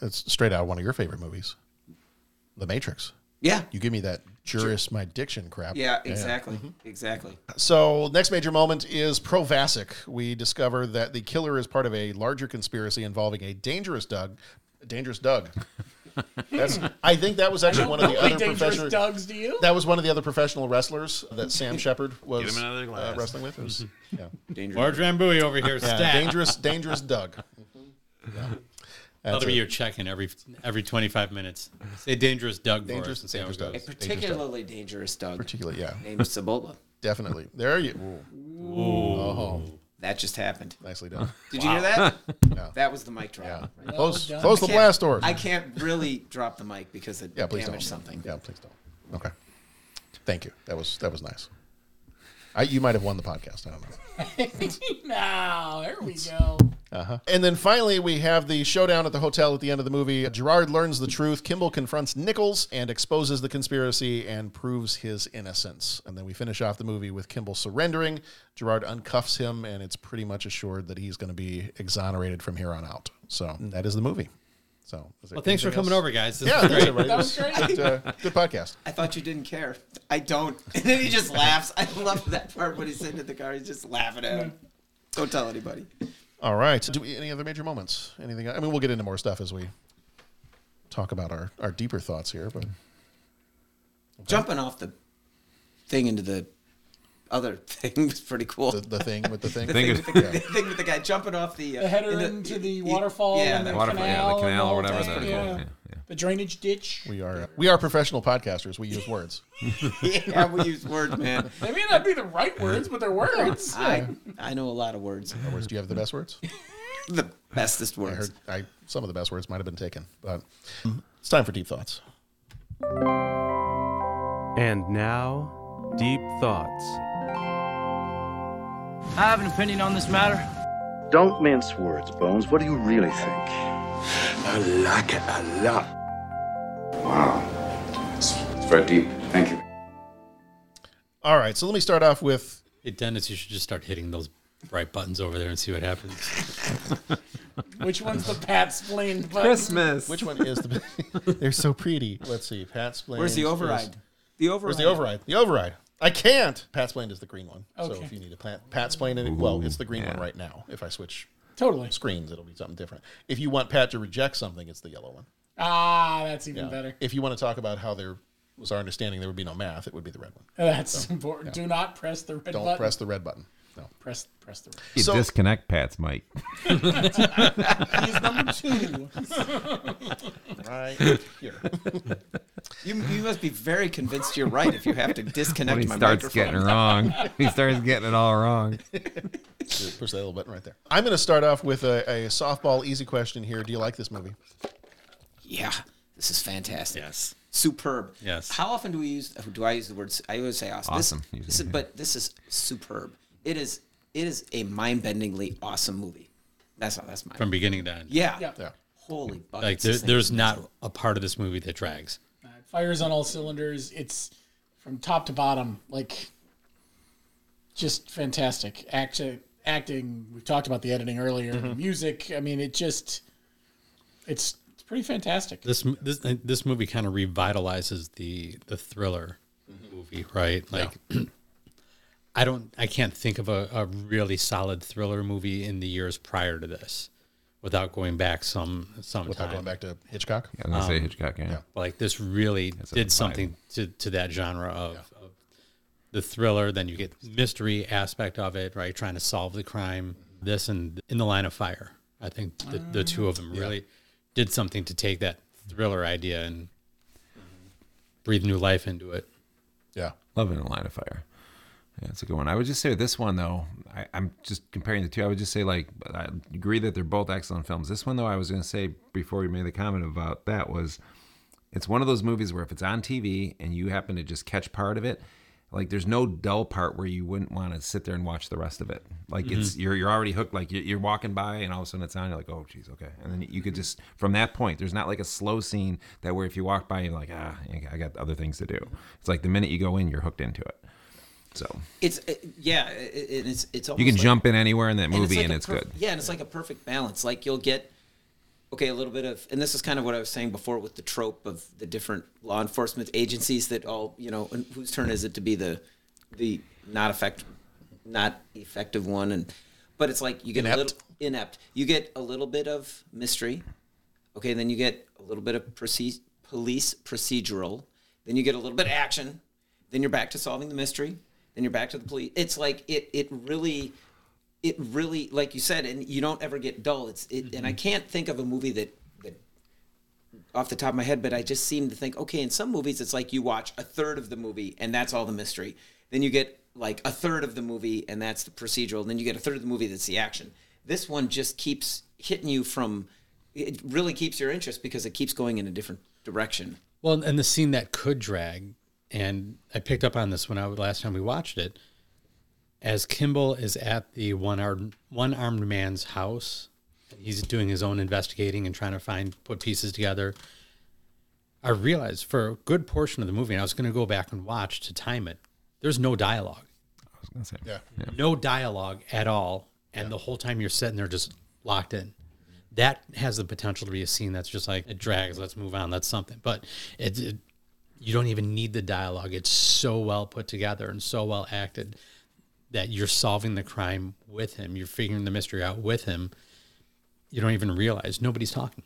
It's straight out of one of your favorite movies, The Matrix. Yeah. You give me that jurist my diction crap. yeah, exactly, Mm-hmm. exactly. So, next major moment is Provasic. We discover that the killer is part of a larger conspiracy involving a dangerous Doug. Dangerous Doug. That's, I think that was actually one of the Don't make other dangerous professional. Dougs, do you? That was one of the other professional wrestlers that Sam Shepard was Get him another glass. Uh, wrestling with. It was, yeah. Dangerous. Large Rambouillet over here. Yeah, stat. dangerous, dangerous Doug. Yeah. That'll That's be it. your check-in every every 25 minutes. Say dangerous Doug for us and see how it A goes. particularly dangerous dog. Particularly, yeah. Named Cibola. Definitely. There you. Oh. That just happened. Nicely done. Did you hear Wow. that? Yeah. That was the mic drop. right there. Close- Well done. close the I can't- blast doors. I can't really drop the mic because it Yeah, please damaged don't. something. Yeah, please don't. Okay. Thank you. That was that was nice. I, you might have won the podcast. I don't know. now, there we go. Uh-huh. And then finally, we have the showdown at the hotel at the end of the movie. Gerard learns the truth. Kimball confronts Nichols and exposes the conspiracy and proves his innocence. And then we finish off the movie with Kimball surrendering. Gerard uncuffs him, and it's pretty much assured that he's going to be exonerated from here on out. So that is the movie. So, is there Well, thanks for anything coming else? over, guys. This yeah, was thanks, great. everybody. That was It great. Good, uh, good podcast. I thought you didn't care. I don't. And then he just laughs. I love that part when he's sitting in the car. He's just laughing at him. Don't tell anybody. All right. Do we, any other major moments? Anything? I mean, we'll get into more stuff as we talk about our, our deeper thoughts here, but. Jumping off the thing into the other thing was pretty cool. The, thing with the thing. the, thing Thing is- with the, yeah. the thing with the guy jumping off the, uh, The header in into the waterfall Yeah, and the the waterfall, yeah, the canal, and canal or all whatever, that, that's pretty cool. Yeah, The drainage ditch. We are uh, we are professional podcasters. We use words. yeah, we use words, man. They may not be the right words, but they're words. I, I know a lot of words. words. Do you have the best words? the bestest words. I heard I, some of the best words might have been taken, but it's time for deep thoughts. And now, deep thoughts. I have an opinion on this matter. Don't mince words, Bones. What do you really think? I like it a lot. It's very deep. Thank you. All right, so let me start off with Hey, Dennis, you should just start hitting those bright buttons over there and see what happens. Which one's the Pat splained button? Which one is the? They're so pretty. Let's see. Pat Splain. Where's the override? The override. Where's the override? The override. I can't. Pat Splain is the green one. So Okay. if you need a Pat, Pat Splain, in it, well, Ooh, it's the green yeah. one right now. If I switch totally screens, it'll be something different. If you want Pat to reject something, it's the yellow one. Ah, that's even Yeah. better. If you want to talk about how there was our understanding there would be no math, it would be the red one. Uh, That's So, important. yeah. Do not press the red Don't button. press the red button. No. Press press the You red. disconnect Pat's mic. He's number two. Right here. You, you must be very convinced you're right if you have to disconnect when he my starts microphone. getting it wrong, he starts getting it all wrong. Yeah, Push that little button right there. I'm going to start off with a, a softball, easy question here. Do you like this movie? Yeah, this is fantastic. Yes, superb. Yes. How often do we use? oh, Do I use the words? I always say awesome. This- Awesome. This, is, but this is superb. It is. It is a mind-bendingly awesome movie. That's that's my From beginning to end. Yeah. Yeah. Holy buckets. Like there, this thing there's is not a part of this movie that drags. Uh, Fires on all cylinders. It's from top to bottom, like just fantastic. Action, acting. We've talked about the editing earlier. Mm-hmm. The music. I mean, it just it's it's pretty fantastic. This m- this this movie kind of revitalizes the the thriller Mm-hmm. movie, right? Like, I don't, I can't think of a, a really solid thriller movie in the years prior to this, without going back some some Without time. going back to Hitchcock? Yeah, I was Um, gonna say Hitchcock, yeah. Like this really a vibe. did something to, to that genre of, of the thriller. Then you get mystery aspect of it, right? Trying to solve the crime. Mm-hmm. This and in the line of fire. I think the, the two of them Mm-hmm. really did something to take that thriller idea and Mm-hmm. breathe new life into it. Yeah. Love in a Line of Fire. Yeah, it's a good one. I would just say this one though. I, I'm just comparing the two. I would just say like I agree that they're both excellent films. This one though, I was going to say before we made the comment about that was, it's one of those movies where if it's on TV and you happen to just catch part of it, like there's no dull part where you wouldn't want to sit there and watch the rest of it. Like it's Mm-hmm. Mhm. you're you're already hooked. Like you're, you're walking by and all of a sudden it's on. You're like, oh geez, okay. And then you could just from that point, there's not like a slow scene that where if you walk by you're like ah, okay, I got other things to do. It's like the minute you go in, you're hooked into it. So It's uh, yeah, it, it- it's it's almost you can like- jump in anywhere in that movie like and a it's, perf- good. Yeah, and it's like a perfect balance. Like you'll get okay, a little bit of, and this is kind of what I was saying before with the trope of the different law enforcement agencies that all you know, and whose turn is it to be the the not effect, not effective one, and but it's like you get a Inept. little inept. You get a little bit of mystery. Okay, then you get a little bit of proce- police procedural. Then you get a little bit of action. Then you're back to solving the mystery. Then you're back to the police. It's like it. It really it really like you said and you don't ever get dull it's it, and i can't think of a movie that that off the top of my head but i just seem to think okay in some movies it's like you watch a third of the movie and that's all the mystery then you get like a third of the movie and that's the procedural and then you get a third of the movie that's the action this one just keeps hitting you from it really keeps your interest because it keeps going in a different direction Well, and the scene that could drag, and I picked up on this when I last time we watched it, as Kimball is at the one armed one armed man's house, he's doing his own investigating and trying to find put pieces together. I realized for a good portion of the movie, and I was going to go back and watch to time it. There's no dialogue. I was going to say, yeah. no dialogue at all, and the whole time you're sitting there just locked in that has the potential to be a scene that's just like it drags let's move on that's something but it, it you don't even need the dialogue it's so well put together and so well acted that you're solving the crime with him you're figuring the mystery out with him you don't even realize nobody's talking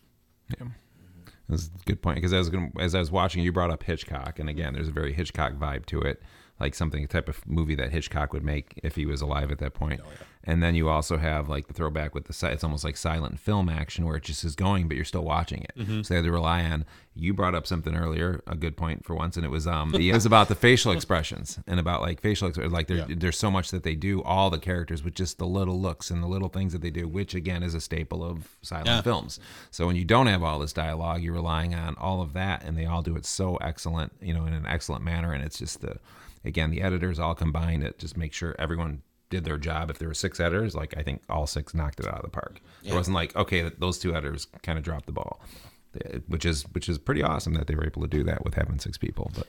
That's a good point because as gonna- as I was watching, you brought up Hitchcock, and again, there's a very Hitchcock vibe to it, like something type of movie that Hitchcock would make if he was alive at that point. And then you also have like the throwback with the si- it's almost like silent film action where it just is going, but you're still watching it. Mhm. So they had to rely on. You brought up something earlier, a good point for once, and it was um it was about the facial expressions and about like facial ex- like there, Yeah. there's so much that they do all the characters with just the little looks and the little things that they do, which again is a staple of silent Yeah. films. So when you don't have all this dialogue, you're relying on all of that, and they all do it so excellent, you know, in an excellent manner. And it's just the, again, the editors all combined it, just make sure everyone did their job. If there were six editors, like I think all six knocked it out of the park. Yeah. It wasn't like okay, th- those two editors kind of dropped the ball, They- which is which is pretty awesome that they were able to do that with having six people. But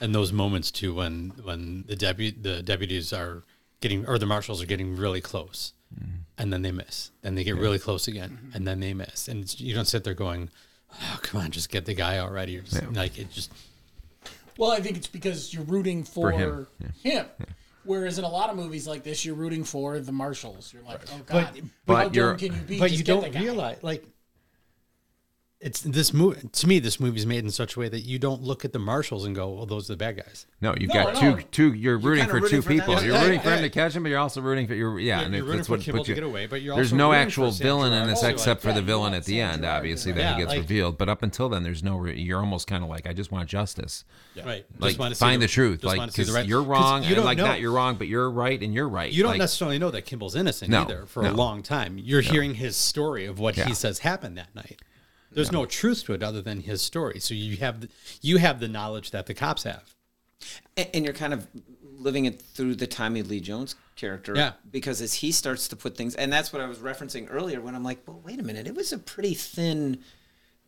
and those moments too when when the deputy the deputies are getting or the marshals are getting really close and then they miss then they get Mm-hmm. Yeah. really close again Mm-hmm. and then they miss and it's, you don't sit there going oh come on just get the guy already You're just, like it just Well, I think it's because you're rooting for, him, him. yeah. Whereas in a lot of movies like this, you're rooting for the marshals. You're like, oh god, But- but how dumb you're- can you be? but Just you get don't the guy. realize like it's this movie to me this movie's made in such a way that you don't look at the marshals and go well those are the bad guys no, you've No, got no. two two. You're rooting kinda for rooting two for them. people. Yeah, You're yeah, rooting for yeah. him to catch him, but you're also rooting for your yeah. Yeah, and you're if rooting that's for what Kimball puts to you- get away, but you're there's also no rooting for actual Sam villain in this Gerard. except Yeah, for the you villain want at the Sam end, Gerard obviously in that there. he Yeah, gets like- revealed. But up until then, there's no. Re- you're almost kind of like I just want justice. Yeah. Right. Just Like want to see find the- the, truth. just Like want to see the 'cause right- you're 'cause wrong. you and don't like know. not you're wrong, but you're right and you're right. you don't Like, necessarily know that Kimball's innocent No, either for a no, long time. You're no. hearing his story of what Yeah. he says happened that night. There's no truth to it other than his story. So you have the, you have the knowledge that the cops have. And, and you're kind of living it through the Tommy Lee Jones character. Yeah. Because as he starts to put things, and that's what I was referencing earlier when I'm like, well, wait a minute, it was a pretty thin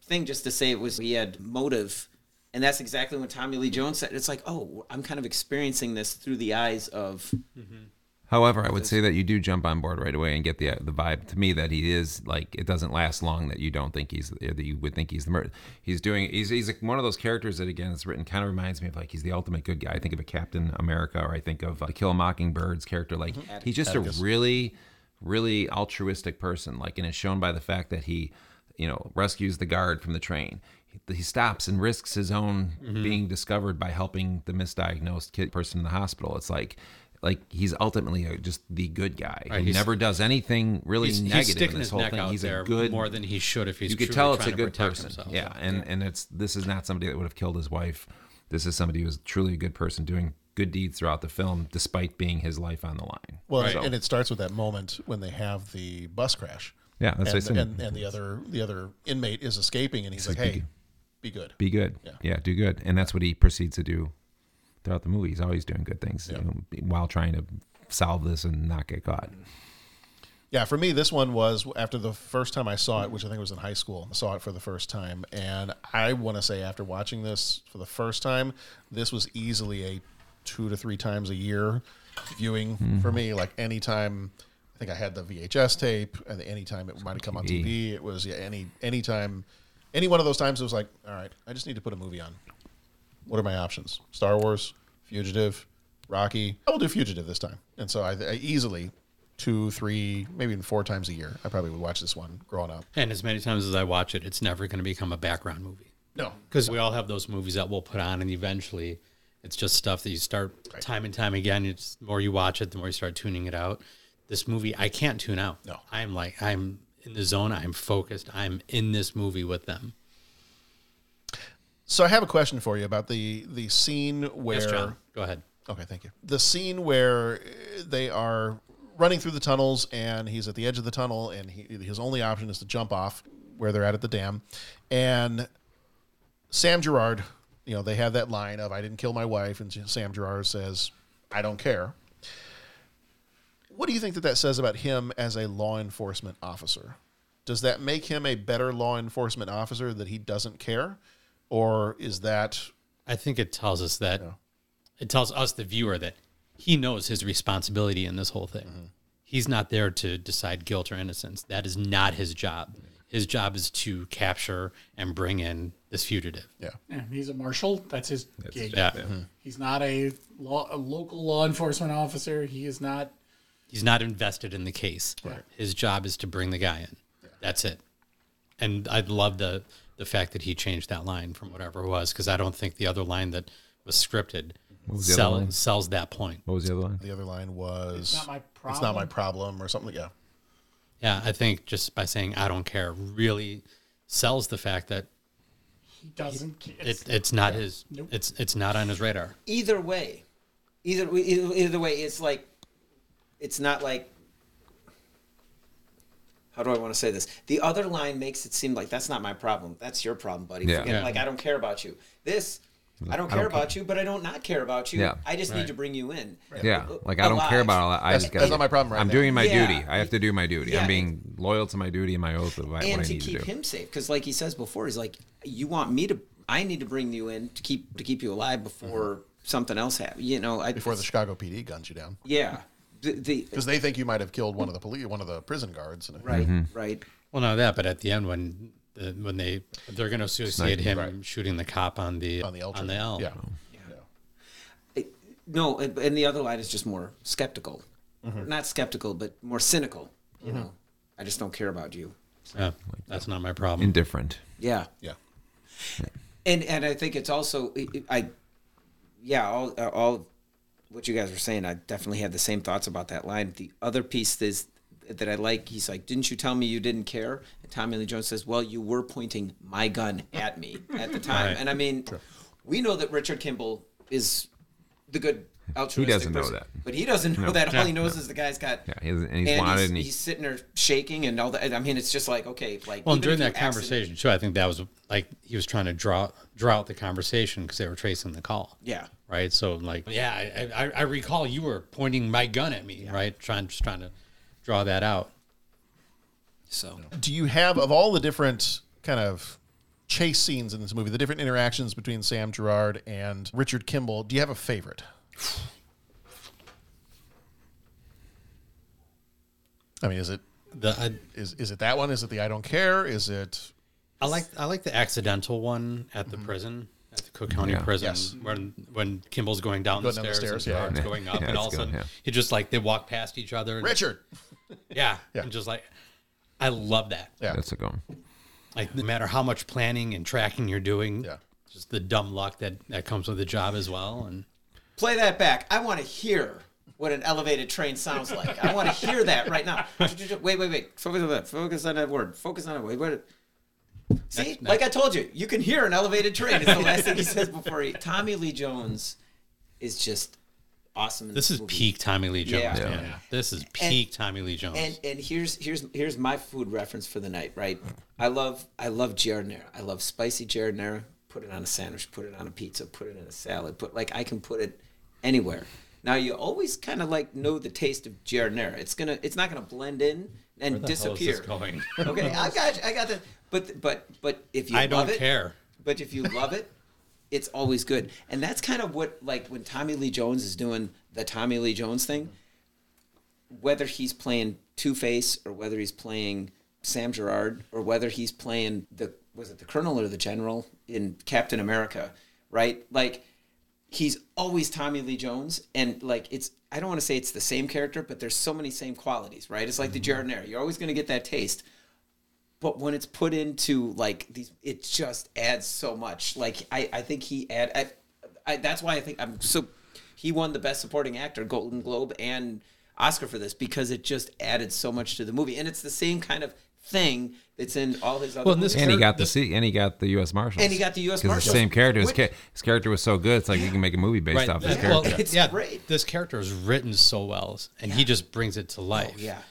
thing just to say it was he had motive. And that's exactly what Tommy Lee Jones said. It's like, oh, I'm kind of experiencing this through the eyes of. However, I would say that you do jump on board right away and get the the vibe to me that he is like it doesn't last long that you don't think he's that you would think he's the murder. He's doing he's he's like one of those characters that again it's written kind of reminds me of like he's the ultimate good guy. I think of a Captain America or I think of uh, Kill a Mockingbird's character like Mhm. he's just a Atticus. really really altruistic person like and it's shown by the fact that he you know rescues the guard from the train he, he stops and risks his own Mm-hmm. being discovered by helping the misdiagnosed kid person in the hospital it's like like he's ultimately a, just the good guy Right, he he's- never does anything really he's- he's negative in sticking this his whole neck thing out he's there a good more than he should if he's you could truly tell it's trying a to good protect person himself. yeah and and it's this is not somebody that would have killed his wife this is somebody who's truly a good person doing good deeds throughout the film despite being his life on the line Well, So- and it starts with that moment when they have the bus crash. Yeah, that's what I and, said. and, and the other the other inmate is escaping, and he's like, says, "Be "Hey, mm-hmm. good." be good." Be good. Yeah. Yeah. do good. And that's what he proceeds to do throughout the movie. He's always doing good things you know, while trying to solve this and not get caught. Yeah, for me, this one was after the first time I saw it, which I think was in high school. I saw it for the first time, and I want to say after watching this for the first time, this was easily a two to three times a year viewing Mhm. for me. Like anytime, I think I had the VHS tape, and anytime it might have come on TV, it was yeah any anytime, any one of those times it was like, all right, I just need to put a movie on. What are my options? Star Wars, Fugitive, Rocky. I will do Fugitive this time, and so I, I easily two, three, maybe even four times a year. I probably would watch this one growing up. And as many times as I watch it, it's never going to become a background movie. No. Because we all have those movies that we'll put on, and eventually it's just stuff that you start time and time again. It's the more you watch it, the more you start tuning it out. This movie, I can't tune out. No. I'm like, I'm in the zone. I'm focused. I'm in this movie with them. So I have a question for you about the the scene where. John. Go ahead. Okay, thank you. The scene where uh, they are running through the tunnels, and he's at the edge of the tunnel, and he, his only option is to jump off where they're at at the dam, and Sam Gerard, you know, they have that line of "I didn't kill my wife," and Sam Gerard says, "I don't care." What do you think that that says about him as a law enforcement officer? Does that make him a better law enforcement officer that he doesn't care, or is that? I think it tells us that it tells us the viewer that he knows his responsibility in this whole thing. Mm-hmm. He's not there to decide guilt or innocence. That is not his job. His job is to capture and bring in this fugitive. Yeah. Yeah, he's a marshal. That's his gig. yeah. Mm-hmm. Mhm. He's not a, law, a local law enforcement officer. He is not. He's not invested in the case. His job is to bring the guy in. That's it. And I love the the fact that he changed that line from whatever it was because I don't think the other line that was scripted What was the other sell, line? sells that point. What was the other line? The other line was It's not my It's not my problem." problem or something. Yeah. Yeah, I think just by saying I don't care really sells the fact that He doesn't. care. it, it's not Yeah. his Nope. it's it's not on his radar. Either way, either either either way, it's like it's not like. How do I want to say this? The other line makes it seem like that's not my problem. That's your problem, buddy. Yeah. Forget- Yeah. Like I don't care about you. This, I don't I care don't about you, but I don't not care about you. Yeah. I just Right. need to bring you in. Yeah, like I don't care about all that. I That's- just gotta- that's not my problem right I'm now. doing my Yeah. duty. I have to do my duty. Yeah. I'm being loyal to my duty and my oath of what I and to need to keep do. him safe because like he says before he's like you want me to i need to bring you in to keep to keep you alive before something else happens you know I, Before the Chicago PD guns you down. yeah the Because they think you might have killed one of the police, one of the prison guards. and- Right, Mm-hmm. right. Well, not that, but at the end when the, when they they're going to associate Sniper. him shooting the cop on the on the, L on the L. Yeah. no and and the other line is just more skeptical not skeptical but more cynical you Mhm. know i just don't care about you Yeah, that's not my problem. Indifferent. yeah yeah and and i think it's also i I- yeah all uh, all what you guys were saying i definitely had the same thoughts about that line the other piece is that i like he's like didn't you tell me you didn't care and tommy lee jones says well you were pointing my gun at me at the time Right. and i mean we know that richard kimball is the good altruistic doesn't know person, that. but he doesn't know No. that all he Yeah. knows No. is the guy's got Yeah, he doesn't- and he's wanted and he- he's sitting there shaking and all that i mean it's just like okay like Well, even and during if you that conversation too, I think that was like he was trying to draw draw out the conversation because they were tracing the call. Yeah. Right. So like, yeah, I, I, I recall you were pointing my gun at me, right? Trying just trying to draw that out. So Do you have of all the different kind of chase scenes in this movie, the different interactions between Sam Gerard and Richard Kimball? Do you have a favorite? I mean, is it the is is it that one? Is it the I don't care? Is it I like I like the accidental one at the prison at the Cook County Yeah. Prison Mm-hmm. Yes. when when Kimball's going down, Going the, down the stairs stairs, and yeah. Gerard's Yeah. going up, Yeah, and all of a it's good, sudden yeah. he just like they walk past each other. and- Richard? yeah, and just like I love that. Yeah, that's a good one. Like no matter how much planning and tracking you're doing, yeah, just the dumb luck that that comes with the job as well, and play that back. I want to hear what an elevated train sounds like. I want to hear that right now. Wait, wait, wait. Focus on that. Focus on that word. Focus on that word. What- See, like I told you, you can hear an elevated train. It's the last thing he says before he. Tommy Lee Jones is just awesome. In this is movie. peak Tommy Lee Jones. Yeah. man. Yeah. This is peak Tommy Lee Jones. And and here's here's here's my food reference for the night, right? I love I love giardiniera. I love spicy giardiniera. put it on a sandwich, put it on a pizza, put it in a salad, put like I can put it anywhere. Now you always kind of like know the taste of giardiniera. It's gonna, it's not gonna blend in and Where the hell is disappear. this going? okay, I got, you, I got that. But but but if you I love don't it- care. But if you love it, it's always good. And that's kind of what like when Tommy Lee Jones is doing the Tommy Lee Jones thing, whether he's playing Two Face or whether he's playing Sam Gerard or whether he's playing the was it the Colonel or the General in Captain America, right? Like he's always Tommy Lee Jones, and like it's I don't want to say it's the same character, but there's so many same qualities, right? It's like the Jardinera. You're always going to get that taste, but when it's put into like these, it just adds so much. Like I, I think he add. I, I, that's why I think I'm so. He won the best supporting actor, Golden Globe, and Oscar for this because it just added so much to the movie, and it's the same kind of thing that's in all his other. movies. and he got the C, and he got the U.S. Marshals, And he got the U.S. because the Marshals, same character. His, which- ca- his character was so good, it's like you can make a movie based Right. off this Yeah. character. Well, yeah, This character is written so well, and he just brings it to life. Oh, yeah.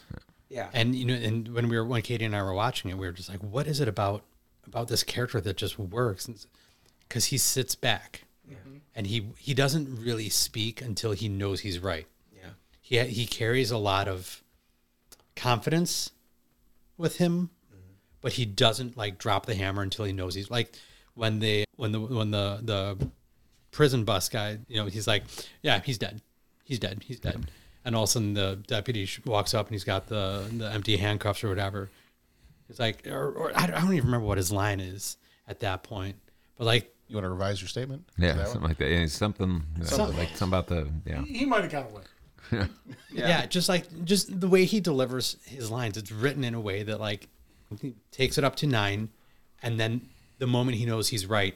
Yeah. And you know, and when we were when Katie and I were watching it, we were just like, "What is it about about this character that just works?" Because he sits back, and he he doesn't really speak until he knows he's right. Yeah. He he carries a lot of confidence with him, Mm-hmm. but he doesn't like drop the hammer until he knows he's like when they when the when the the prison bus guy, you know, he's like, yeah, he's dead, he's dead, he's dead, and all of a sudden the deputy sh- walks up and he's got the the empty handcuffs or whatever. He's like, or, or I don't I don't even remember what his line is at that point, but like, you want to revise your statement? Yeah, something like that. Yeah, something, Something. like something about the yeah. He might have got away. yeah. yeah. just like just the way he delivers his lines it's written in a way that like he takes it up to nine and then the moment he knows he's right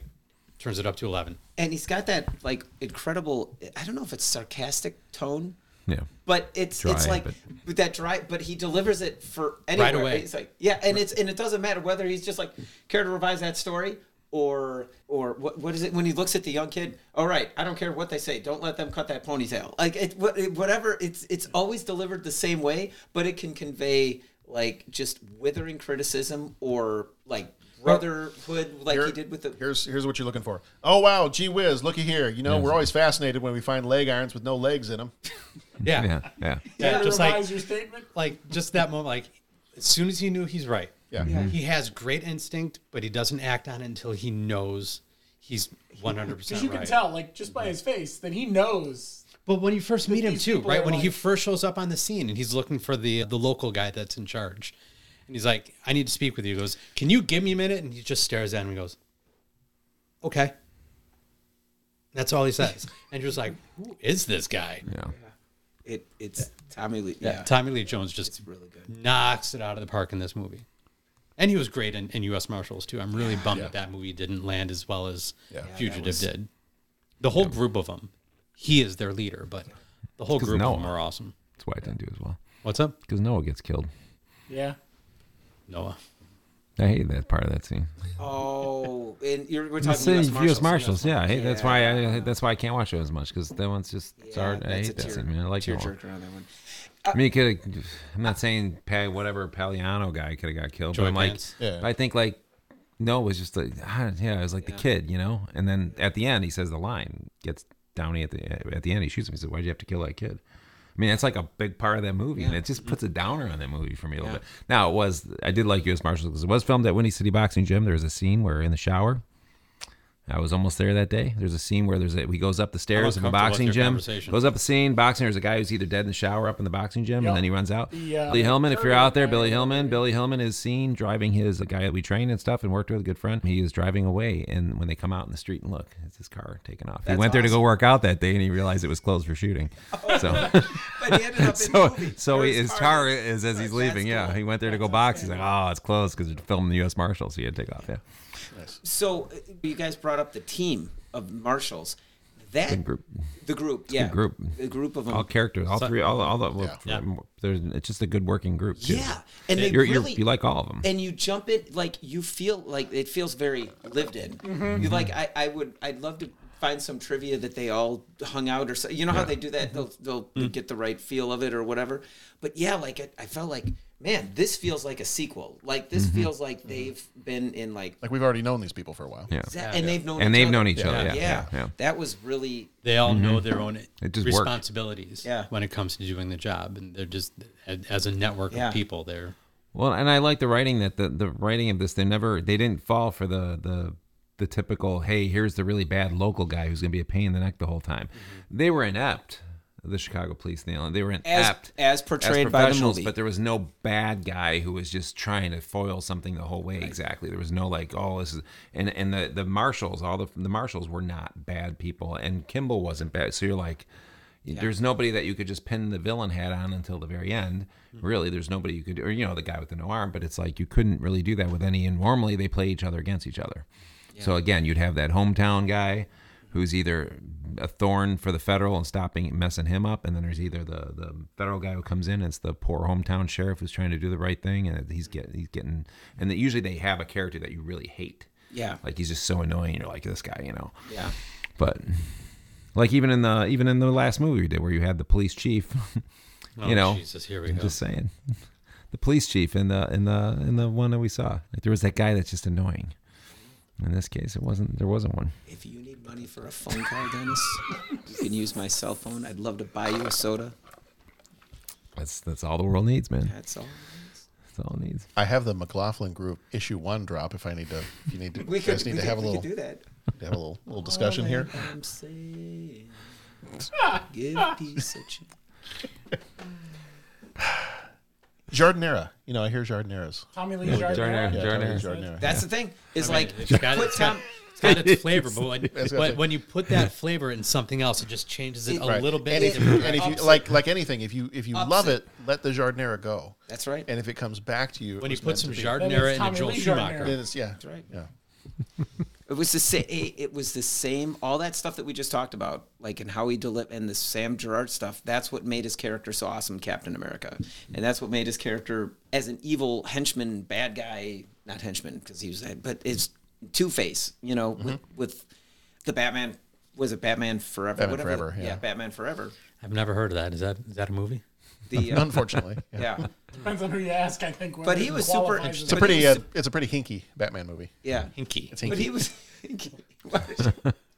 turns it up to 11 and he's got that like incredible i don't know if it's sarcastic tone Yeah. but it's Dry, it's like but- with that dry but he delivers it for anywhere away. it's like yeah and it's and it doesn't matter whether he's just like care to revise that story or or what what is it when he looks at the young kid all right i don't care what they say don't let them cut that ponytail like it, what- it whatever it's it's always delivered the same way but it can convey like just withering criticism or like brotherhood like he did with the here's here's what you're looking for. Oh wow, gee whiz, looky here. You know, Yeah. we're always fascinated when we find leg irons with no legs in them. yeah yeah, yeah. yeah just like your statement? like just that moment like as soon as he knew he's right Yeah. he has great instinct but he doesn't act on it until he knows he's 100 Because percent you right can tell, like just by his face, that he knows. But when you first meet him these too, people right? are When he like- first shows up on the scene and he's looking for the the local guy that's in charge. And he's like, I need to speak with you. He goes, Can you give me a minute? And he just stares at him and goes, Okay. That's all he says. and you're just like, Who is this guy? Yeah. it it's tommy lee Yeah. Tommy Lee Jones just knocks it out of the park in this movie. And he was great in, in U.S. Marshals too. I'm really bummed that that movie didn't land as well as Yeah. Yeah, that Fugitive was- did. The whole group of them, he is their leader, but the whole 'Cause group Noah. of them are awesome. That's why it didn't do as well. What's up? Because Noah gets killed. Yeah. Noah. I hate that part of that scene. Oh, and you're, we're The talking U.S. same Marshals. U.S. Marshals, yeah, I hate- that's why I that's why I can't watch it as much because that one's just it's Yeah, hard. I that's a hate that tear- scene. Man. I like that one. tearjerker on that one. I mean, could I'm not saying pa- whatever Paliano guy could have got killed, Joy but I'm like, Pants. Yeah. but I think like no, it was just like ah, yeah, it was like the kid, you know. And then at the end, he says the line gets Downey at the at the end. He shoots him. He says, "Why'd you have to kill that kid?" I mean, that's like a big part of that movie, and it just puts a downer on that movie for me a little bit. Now, it was I did like U.S. Marshals because it was filmed at Winnie City Boxing Gym. There was a scene where in the shower. I was almost there that day. There's a scene where there's a he goes up the stairs in the uncomfortable with boxing your gym, conversation. goes up the scene boxing. There's a guy who's either dead in the shower up in the boxing gym, and then he runs out. The, uh, Billy Hillman, if you're out there, Billy Hillman, Billy Hillman is seen driving his a guy that we trained and stuff and worked with, a good friend. He is driving away, and when they come out in the street and look, it's his car taken off. he That's went there to go awesome. work out that day, and he realized it was closed for shooting. So, But he ended up in so, the movie. so There he, was his cars. car is as he's leaving. Yeah, he went there to go box. He's like, oh, it's closed because they're filming the U.S. Marshals. So he had to take off. Yeah, So uh, you guys brought up the team of Marshals. That Big group. The group. It's a yeah. good group. The group of them. All characters, all three, all, all the. Well, Yeah. for- there's- It's just a good working group. Too. Yeah, and they you're, you're- really- you like all of them. And you jump it like you feel like it feels very lived in. Mhm. You like I, I would I'd love to find some trivia that they all hung out or so. You know how Yeah. Mm-hmm. they do that? They'll they'll get the right feel of it or whatever. But yeah, like it, I felt like man, this feels like a sequel. Like this Mm-hmm. feels like they've been in like Like we've already known these people for a while. Yeah. Exa- and they've known And each they've other. known each other, yeah. yeah, yeah, yeah. That was really They all Mm-hmm. Mhm. know their own It just worked. responsibilities Yeah. when it comes to doing the job, and they're just as a network Yeah. of people. They're Well, and I like the writing that the, the writing of this they never they didn't fall for the the the typical hey here's the really bad local guy who's going to be a pain in the neck the whole time. They were inept. The Chicago police, Neil, they were inept Mm-hmm. as portrayed by the professionals, movie. But there was no bad guy who was just trying to foil something the whole way. Exactly, there was no like, oh, this is and and the the marshals, all the the marshals were not bad people, and Kimball wasn't bad. So you're like, there's nobody that you could just pin the villain hat on until the very end. Really, there's nobody you could, or you know, the guy with the no arm. But it's like you couldn't really do that with any. And normally they play each other against each other. So again, you'd have that hometown guy who's either a thorn for the federal and stopping messing him up, and then there's either the the federal guy who comes in. It's the poor hometown sheriff who's trying to do the right thing, and he's get he's getting. And that usually they have a character that you really hate. Yeah. like he's just so annoying. You're like this guy, you know. Yeah. but like even in the even in the last movie we did where you had the police chief, Oh, you know, Jesus, here we I'm go. Just saying, the police chief in the in the in the one that we saw, like there was that guy that's just annoying. In this case, it wasn't. There wasn't one. If you need money for a phone call, Dennis, you can use my cell phone. I'd love to buy you a soda. That's that's all the world needs, man. That's all. That's all it needs. I have the McLaughlin Group issue one drop. If I need to, if you need to, We you guys could- need we to have a could- we little, could do that. to have a little little Oh, discussion All here. that I'm saying, give peace a chance. Jardinera, you know, I hear Jardineras. Tommy Lee Yeah, Jardinera. Jardinera, Yeah, Tommy Lee Jardinera. Jardinera. That's yeah. the thing. Is I mean, like it's got, put it's got- Tom- it's got its flavor, but when, It's got but the- when you put that flavor in something else, it just changes it, a Right. little bit. And if, in a and if you direction. like like anything, if you if you Ups love it. it, let the jardinera go. That's right. And if it comes back to you, it When you was put meant some to be. Jardinera Then it's in a Tommy Joel Lee Schumacher. Jardinera. Then it's- yeah, That's right. Yeah. It was the same. It was the same. All that stuff that we just talked about, like and how he delivered, and the Sam Gerard stuff. That's what made his character so awesome, Captain America, and that's what made his character as an evil henchman, bad guy, not henchman because he was, but it's Two Face. You know, with, with the Batman. Was it Batman Forever? Mm-hmm. Batman Whatever Forever, the- yeah. Batman Forever. I've never heard of that. Is that is that a movie? The, uh, Unfortunately, yeah. Depends on who you ask, I think. But he was super- It's a pretty uh, it's a pretty hinky Batman movie. Yeah. Hinky. It's But he was.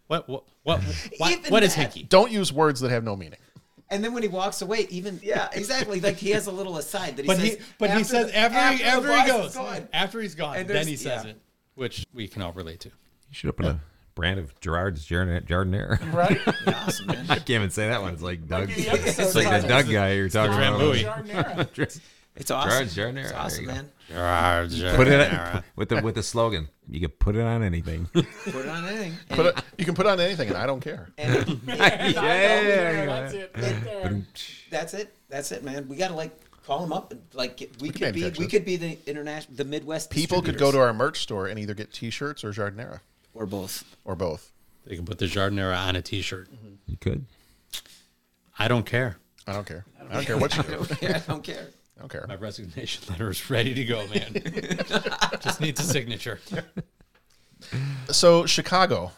What what what what, Even what is that- hinky? Don't use words that have no meaning. And then when he walks away, even yeah, exactly. Like he has a little aside that he But says. he but he after says the- after, after he- the after boss he goes is gone. after he's gone, And then there's- he says yeah. it, which we can all relate to. You should open a brand of Gerard's Jardin- Jardinera. Right? Awesome, man. I can't even say that one. It's like Doug. Lucky the episode It's like that title. Doug guy you're It's talking the about. Jardinera. It's awesome. Gerard's Jardinera. It's There awesome, you go. man. Gerard's Put it Jardinera. on, with the with the slogan. You could put it on anything. Put it on anything. And, Put a, you can put on anything, and I don't care. and- Yeah. That's it. Right there. that's it. That's it, man. We gotta like call him up and like get, we, could be manufacture we it. could be the international the Midwest. People could go to our merch store and either get T-shirts or Jardinera or both. or both. They can put the jardinera on a T-shirt. You could. I don't care. I don't care. I don't care what you I do. don't care. I don't care. I don't care. My resignation letter is ready to go, man. Just needs a signature. So Chicago,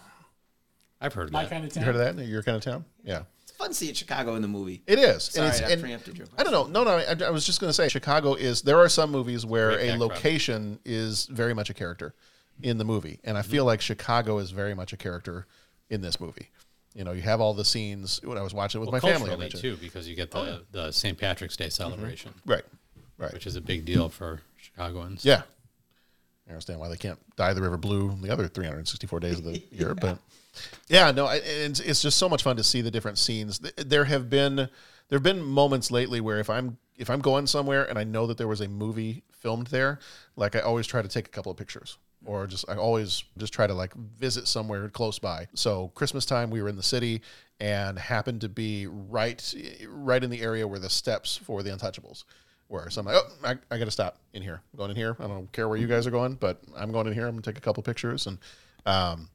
I've heard of My that. kind of you town. heard of that? Your kind of town? Yeah. It's fun seeing Chicago in the movie. It is. Sorry, and it's, I and preempted your I don't know. No, no. I, I was just going to say Chicago is. There are some movies where Great a background. location is very much a character in the movie, and I Mm-hmm. feel like Chicago is very much a character in this movie. You know, you have all the scenes when I was watching it with Well, my family. I culturally mentioned. too, because you get Oh, the, the St. Patrick's Mm-hmm. Day celebration, Right. Right. which is a big deal for Chicagoans. Yeah. I understand why they can't dye the river blue the other 364 days of the year, but yeah, no, I- it's, it's just so much fun to see the different scenes. Th- There have been there have been moments lately where if I'm if I'm going somewhere and I know that there was a movie filmed there, like I always try to take a couple of pictures or just I always just try to like visit somewhere close by. So Christmas time we were in the city and happened to be right right in the area where the steps for the Untouchables were. So I'm like, oh, I, I got to stop in here. I'm going in here. I don't care where you guys are going, but I'm going in here. I'm gonna take a couple pictures and um,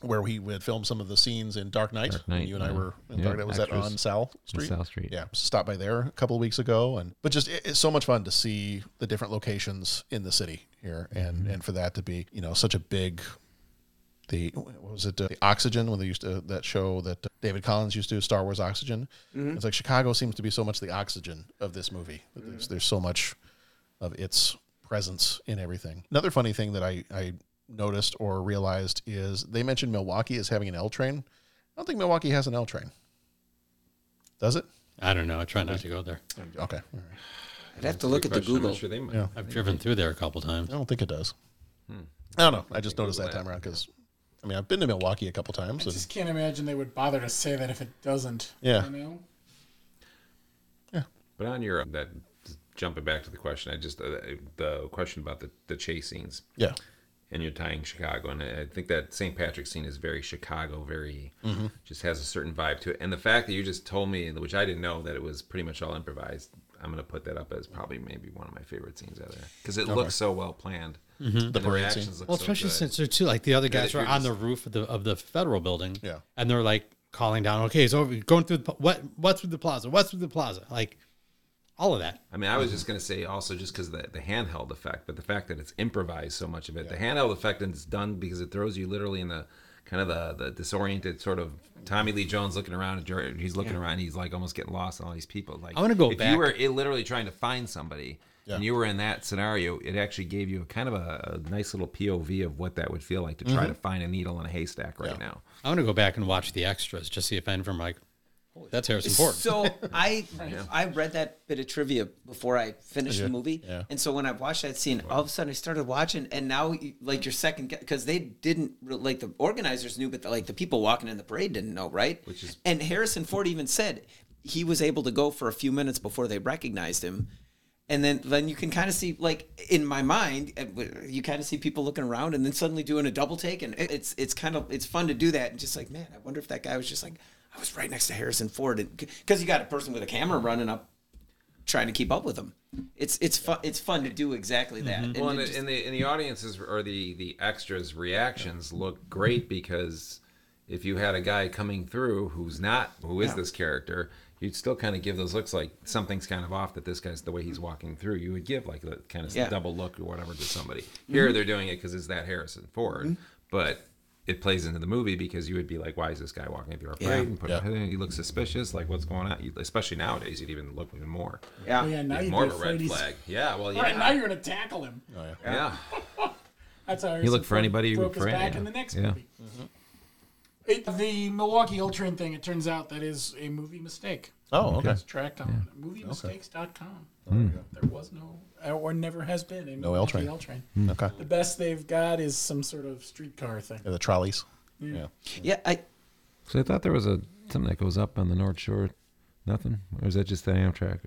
where we would film some of the scenes in Dark Knight. Dark Knight, you and I yeah. were in Yeah, Dark Knight. Was that actors. on South Street? South Street. Yeah, stopped by there a couple of weeks ago, and but just it, it's so much fun to see the different locations in the city here, and Mm-hmm. and for that to be you know such a big. The what was it? Uh, the Oxygen when they used to that show that uh, David Collins used to do, Star Wars Oxygen. It's like Chicago seems to be so much the oxygen of this movie. There's, there's so much of its presence in everything. Another funny thing that I, I noticed or realized is they mentioned Milwaukee as having an L train. I don't think Milwaukee has an L train. Does it? I don't know. I try not to go there. Okay. All right. I'd have to look at the Question, I'm Google. sure they might- Yeah. I've driven through there a couple times. I don't think it does. I don't know. I just noticed that time around because, I mean, I've been to Milwaukee a couple times. And, Just can't imagine they would bother to say that if it doesn't. Yeah. You know? But on your that jumping back to the question, I just uh, the question about the the chase scenes. Yeah. And you're tying Chicago, and I think that St. Patrick scene is very Chicago, very Mhm. just has a certain vibe to it. And the fact that you just told me, which I didn't know, that it was pretty much all improvised, I'm gonna put that up as probably maybe one of my favorite scenes out there because it Okay. looks so well planned. Mhm. And The parade reactions scene. look Well, so especially good. since they're too like the other Yeah, guys that are you're on just- the roof of the of the federal building. Yeah. and they're like calling down. Okay, so we're going through the, pl- what what's with the plaza? What's with the plaza? Like all of that. I mean, I was just Mm-hmm. going to say also just because the, the handheld effect, but the fact that it's improvised so much of it, the handheld effect and it's done because it throws you literally in the kind of the, the disoriented sort of Tommy Lee Jones looking around and Jer- he's looking Yeah. around, he's like almost getting lost in all these people. Like I wanna go if back. you were it literally trying to find somebody Yeah. and you were in that scenario, it actually gave you a kind of a, a nice little POV of what that would feel like to try Mhm. to find a needle in a haystack right now. I want to go back and watch the extras just see if I'm from like that's Harrison Ford. So I Yeah. I read that bit of trivia before I finished Yeah. the movie, Yeah. and so when I watched that scene, all of a sudden I started watching, and now you- like your second because they didn't re- like the organizers knew, but the, like the people walking in the parade didn't know, right? Which is and Harrison Ford even said he was able to go for a few minutes before they recognized him. And then, then you can kind of see, like in my mind, uh, you kind of see people looking around, and then suddenly doing a double take, and it- it's it's kind of it's fun to do that, and just like, man, I wonder if that guy was just like, I was right next to Harrison Ford, because you got a person with a camera running up, trying to keep up with him. It's it's fun. It's fun to do exactly that. And Mm-hmm. well, it and, just- and the and the audiences or the the extras reactions look great because if you had a guy coming through who's not who is Yeah. this character, you'd still kind of give those looks like something's kind of off that this guy's the way he's walking through. You would give like the kind of Yeah. double look or whatever to somebody. Mm-hmm. Here Mhm. they're doing it because it's that Harrison Ford, Mhm. but. It plays into the movie because you would be like, "Why is this guy walking through our Yeah. parade?" And put, He looks suspicious. Like, what's going on? You- Especially nowadays, you'd even look even more. Yeah. Oh, yeah, now Even you'd more be of a red afraid he's- flag. Yeah. Well, yeah. All right, now you're going to tackle him. Oh, yeah. Yeah. That's how You Harrison look for Ford anybody you broke look for, his back yeah. in the next Yeah. movie. It, the Milwaukee L train thing, it turns out that is a movie mistake. Oh, okay. It's tracked on moviemistakes.com. Mm. There was no, uh, or never has been, a No L train. L train. Hmm. Okay. The best they've got is some sort of streetcar thing. the trolleys. Yeah. yeah. yeah, I So I thought there was a something that goes up on the North Shore. Nothing, or is that just the Amtrak?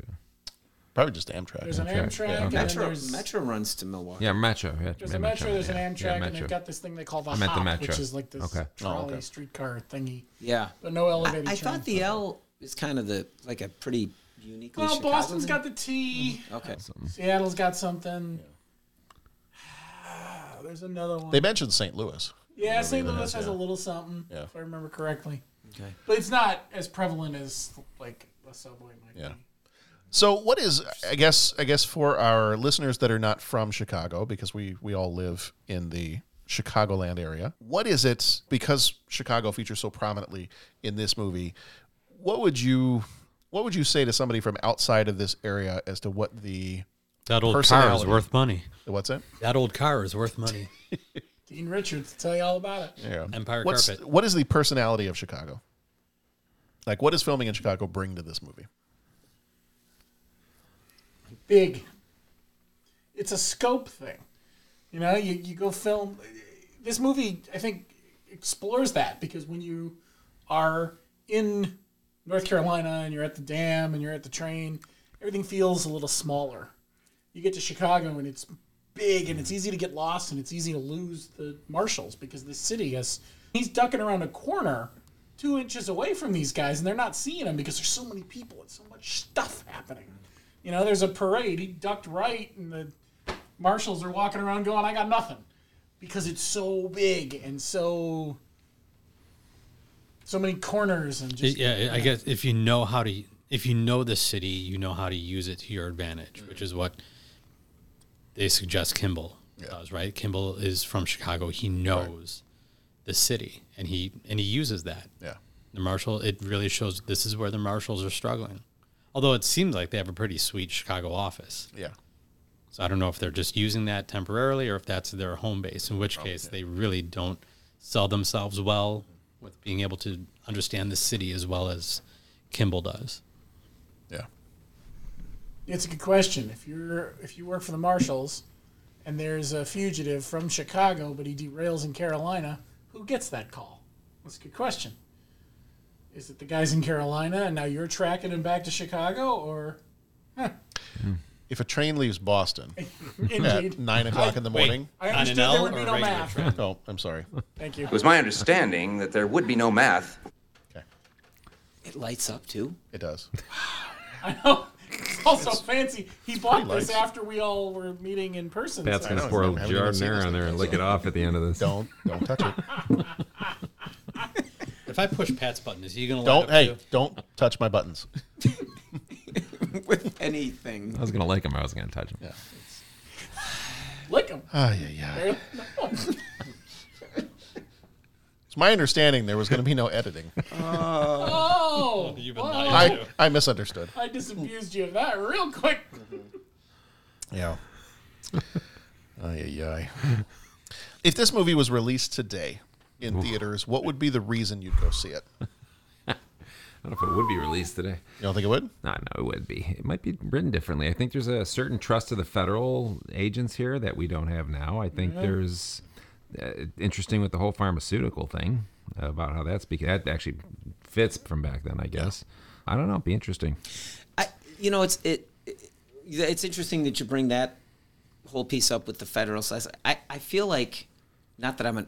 Probably just Amtrak. There's an Amtrak, Amtrak, yeah, and okay. then Metro- there's Metro runs to Milwaukee. Yeah, Metro. Yeah, There's yeah, a metro, there's an yeah, Amtrak, yeah, and Metro. they've got this thing they call the I meant the hop, Metro. which is like this Okay. Oh, trolley okay. streetcar thingy. Yeah. But no elevated I, I train. thought the L is kind of the like a pretty uniquely. well, Chicago Boston's thing. got the T. Okay. Seattle's got something. There's another one. They mentioned St. Louis. Yeah, Nobody St. even Louis knows, has yeah. a little something, Yeah. if I remember correctly. Okay. But it's not as prevalent as like a subway might Yeah. be. So what is I guess I guess for our listeners that are not from Chicago because we we all live in the Chicagoland area. What is it because Chicago features so prominently in this movie? What would you what would you say to somebody from outside of this area as to what the That old car is personality- worth money. What's that? That old car is worth money. Dean Richards will tell you all about it. Yeah. Empire What's, carpet. What is the personality of Chicago? Like what does filming in Chicago bring to this movie? Big. It's a scope thing. You know, you, you go film. This movie, I think, explores that because when you are in North Carolina and you're at the dam and you're at the train, everything feels a little smaller. You get to Chicago and it's big and it's easy to get lost and it's easy to lose the marshals because the city has. He's ducking around a corner two inches away from these guys and they're not seeing him because there's so many people and so much stuff happening. You know, there's a parade. He ducked right and the marshals are walking around going, I got nothing. Because it's so big and so. So many corners and just. yeah, I guess if you know how to, if you know the city, you know how to use it to your advantage, which is what they suggest Kimball does. Right? Kimball is from Chicago. He knows the city, and he and he uses that. Yeah. The marshal. It really shows. This is where the marshals are struggling. Although it seems like they have a pretty sweet Chicago office. Yeah. So I don't know if they're just using that temporarily or if that's their home base, in which case they really don't sell themselves well with being able to understand the city as well as Kimball does. It's a good question. If you're if you work for the marshals, and there's a fugitive from Chicago, but he derails in Carolina, who gets that call? That's a good question. Is it the guys in Carolina, and now you're tracking him back to Chicago, or If a train leaves Boston Indeed. at nine o'clock in the Wait, morning, I On understood an there L would be or a no regular math. train? Oh, I'm sorry. Thank you. It was my understanding that there would be no math. It lights up too. It does. I know. It's also It's fancy. He bought pretty this nice. after we all were meeting in person. Pat's so- gonna pour a jar of nair on there and lick it off at the end of this. Don't don't touch it. If I push Pat's button, is he going to Don't hey, don't touch my buttons. with anything. I was gonna like him. I was gonna touch him. Yeah. Lick him. Ah, yeah, yeah. It's my understanding there was going to be no editing. oh, You've you've been been lied to. I- I misunderstood. I disabused you of that real quick. Yeah. ay, ay, ay. If this movie was released today in theaters, what would be the reason you'd go see it? I don't know if it would be released today. You don't think it would? No, no, it would be. It might be written differently. I think there's a certain trust of the federal agents here that we don't have now. I think Yeah. there's uh, interesting with the whole pharmaceutical thing uh, about how that's because that actually fits from back then, I guess. I don't know. It'd be interesting. you know, it's it, it- it's interesting that you bring that whole piece up with the federal side. I I feel like not that I'm an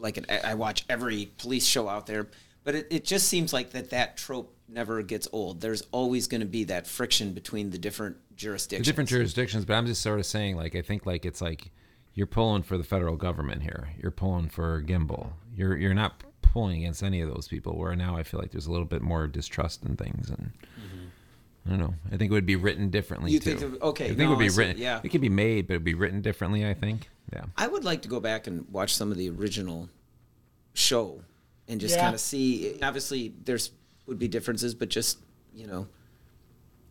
like an, I watch every police show out there, but it, it just seems like that that trope never gets old. There's always going to be that friction between the different The jurisdictions. different jurisdictions, but I'm just sort of saying, like, I think like it's like you're pulling for the federal government here. You're pulling for Gimbal. You're you're not pulling against any of those people. Where now I feel like there's a little bit more distrust in things, and I don't know. I think it would be written differently Mm-hmm. You too. think it- okay, I think no, it would I be see, written. yeah. it could be made, but it'd be written differently. I think. Yeah. I would like to go back and watch some of the original show and just Yeah. kind of see. Obviously, there's would be differences, but just you know,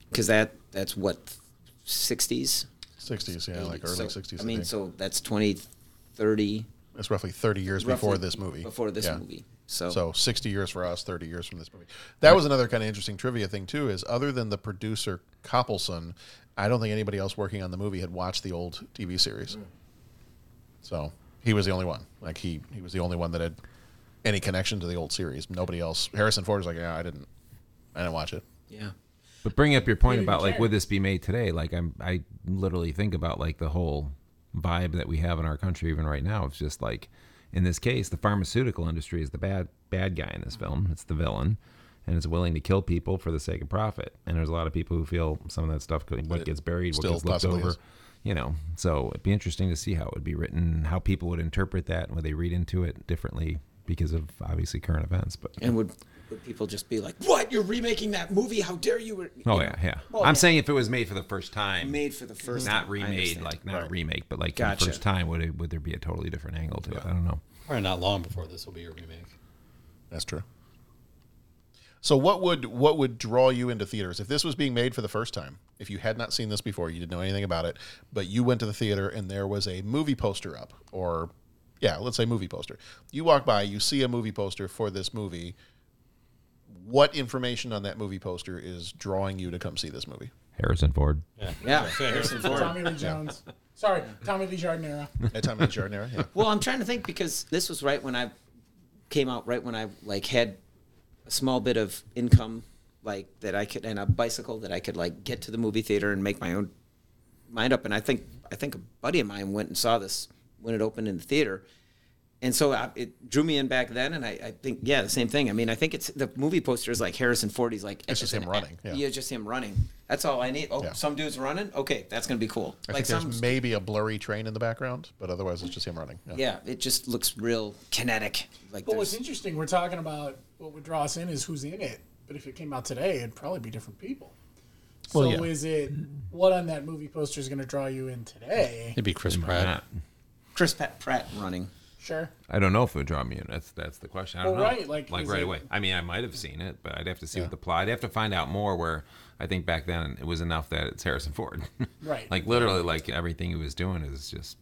because that that's what sixties. 60s, yeah, like early 60s, I I mean, think. so that's 20, 30. That's roughly 30 years Roughly before this movie. before this Yeah. movie. So, so 60 years for us, 30 years from this movie. That was another kind of interesting trivia thing, too, is other than the producer Coppelson, I don't think anybody else working on the movie had watched the old TV series. So he was the only one. Like, he, he was the only one that had any connection to the old series. Nobody else. Harrison Ford was like, yeah, I didn't, I didn't watch it. yeah. But bring up your point Maybe about we like can. would this be made today? Like I'm I literally think about like the whole vibe that we have in our country even right now. It's just like in this case, the pharmaceutical industry is the bad bad guy in this film. Mm-hmm. It's the villain. And it's willing to kill people for the sake of profit. And there's a lot of people who feel some of that stuff, could- what It gets buried, what still gets left possibly over, is. you know. So it'd be interesting to see how it would be written, how people would interpret that, and would they read into it differently because of obviously current events. But and would would people just be like, "What? You're remaking that movie? How dare you?" Oh yeah, yeah. Well, I'm yeah. saying if it was made for the first time, Made for the first not time, I remade, understand. like not Right. remake, but like for Gotcha. the first time, would it, would there be a totally different angle to it? I don't know. Probably not long before this will be a remake. That's true. So what would what would draw you into theaters if this was being made for the first time? If you had not seen this before, you didn't know anything about it, but you went to the theater and there was a movie poster up, or yeah, let's say movie poster. You walk by, you see a movie poster for this movie. What information on that movie poster is drawing you to come see this movie? Harrison Ford. Yeah, Harrison Ford. Tommy Lee Jones. Sorry, Tommy Lee Jardinera. At time in the Jardinera, yeah. Well, I'm trying to think because this was right when I came out, right when I like had a small bit of income, like that I could, and a bicycle that I could like get to the movie theater and make my own mind up. And I think I think a buddy of mine went and saw this when it opened in the theater, and so I, it drew me in back then. And I, I think yeah, the same thing. I mean, I think it's the movie poster is like Harrison Ford. He's like It's just an him running, act- yeah. just him running. That's all I need. Oh, some dude's running. Okay, that's gonna be cool. I think there's maybe a blurry train in the background, but otherwise it's just him running. yeah, it just looks real kinetic. Like But what's there's- interesting, we're talking about what would draw us in is who's in it. But if it came out today, it'd probably be different people. So Well, yeah. is it what on that movie poster is going to draw you in today? It'd be Chris Pratt. Chris Pat Pratt running. Sure. I don't know if it would draw me in. That's that's the question. I don't Well, know. right, like, is right it- away. I mean, I might have seen it, but I'd have to see what the plot. I'd have to find out more. Where I think back then it was enough that it's Harrison Ford. Right. Like literally, like everything he was doing is just.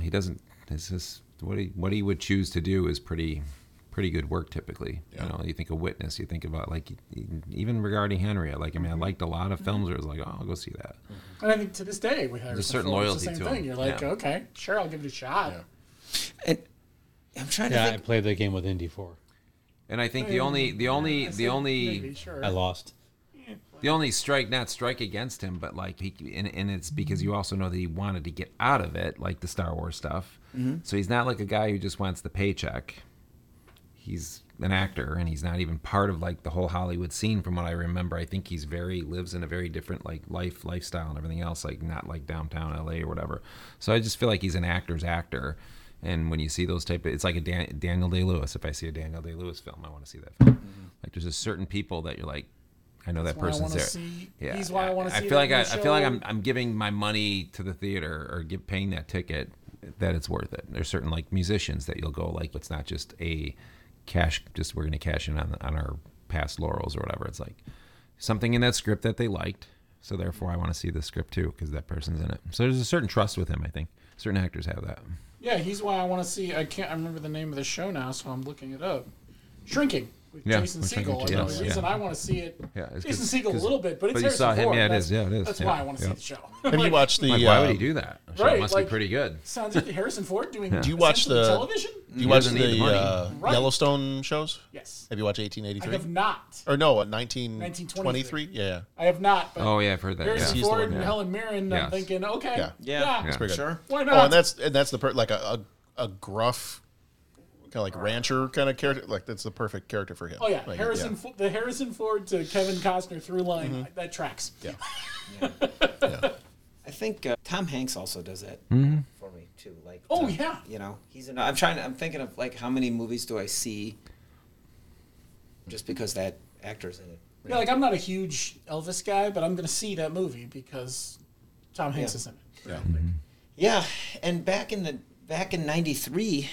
He doesn't. It's just what he what he would choose to do is pretty pretty good work typically. You know, you think of Witness, you think about like e, even regarding Henry. Like I mean, I Mm-hmm. liked a lot of films where it was like, oh, I'll go see that. And I think to this day with Harrison certain Ford, it's the loyalty same to him. thing. You're like, Yeah. okay, sure, I'll give it a shot. I'm trying yeah, to think. I played that game with Indy Four. And I Oh, think the only the only I the said only maybe, sure. I lost. The only strike, not strike against him, but like he, and, and it's because Mm-hmm. you also know that he wanted to get out of it, like the Star Wars stuff. Mm-hmm. Mhm. So he's not like a guy who just wants the paycheck. He's an actor, and he's not even part of like the whole Hollywood scene, from what I remember. I think he's very lives in a very different like life lifestyle and everything else, like not like downtown L.A. or whatever. So I just feel like he's an actor's actor. And when you see those type of, it's like a Dan, Daniel Day Lewis. If I see a Daniel Day Lewis film, I want to see that film. Like there's a certain people that you're like, I know that why Mm-hmm. I person's wanna there. see- he's why I wanna see I feel like it in I, I the feel like show. I'm I'm giving my money to the theater or give, paying that ticket that it's worth it. There's certain like musicians that you'll go like it's not just a cash just we're gonna cash in on on our past laurels or whatever. It's like something in that script that they liked, so therefore I want to see the script too because that person's in it. So there's a certain trust with him. I think certain actors have that. Yeah, he's why I want to see. I can't I remember the name of the show now, so I'm looking it up. Shrinking with Yeah, Jason with Shrinking Segel. J- I mean, yes, the reason yeah. I want to see it. Yeah, it's 'cause- Jason Segel a 'cause- little bit, but it's but you Harrison saw him, Ford. yeah, it that's, is, yeah, it is, That's yeah, why I want to yeah. see the show. Have you watched the? Like, why would uh, he do that? I'm sure it must be pretty good. Sounds like Harrison Ford doing. Yeah. Do you watch essentially the television? Do you He watch doesn't the, need the money. uh, Right. Yellowstone shows? Yes. Have you watched 1883? I have not. Or no, what, 19, 1923. 23? Yeah. I have not. But Oh, yeah, I've heard that, Harrison yeah. Ford Yeah. and Yeah. Helen Mirren. I'm Yes. thinking, okay, Yeah. yeah, Yeah. Yeah. It's pretty good. Sure. Why Oh, not? and that's and that's the per- like a, a a gruff kind of like rancher kind of character. Like that's the perfect character for him. Oh yeah, Like, Harrison, Fo- the Harrison Ford to Kevin Costner through line that tracks. Mm-hmm. Yeah. I think uh, Tom Hanks also does that Mhm. for me too. Like, Oh, Tom- yeah. you know, he's. An, I'm trying. to- I'm thinking of like how many movies do I see, just because that actor's in it. Yeah, like I'm not a huge Elvis guy, but I'm gonna see that movie because Tom Hanks Yeah. is in it. Yeah. Yeah, and back in the back in '93,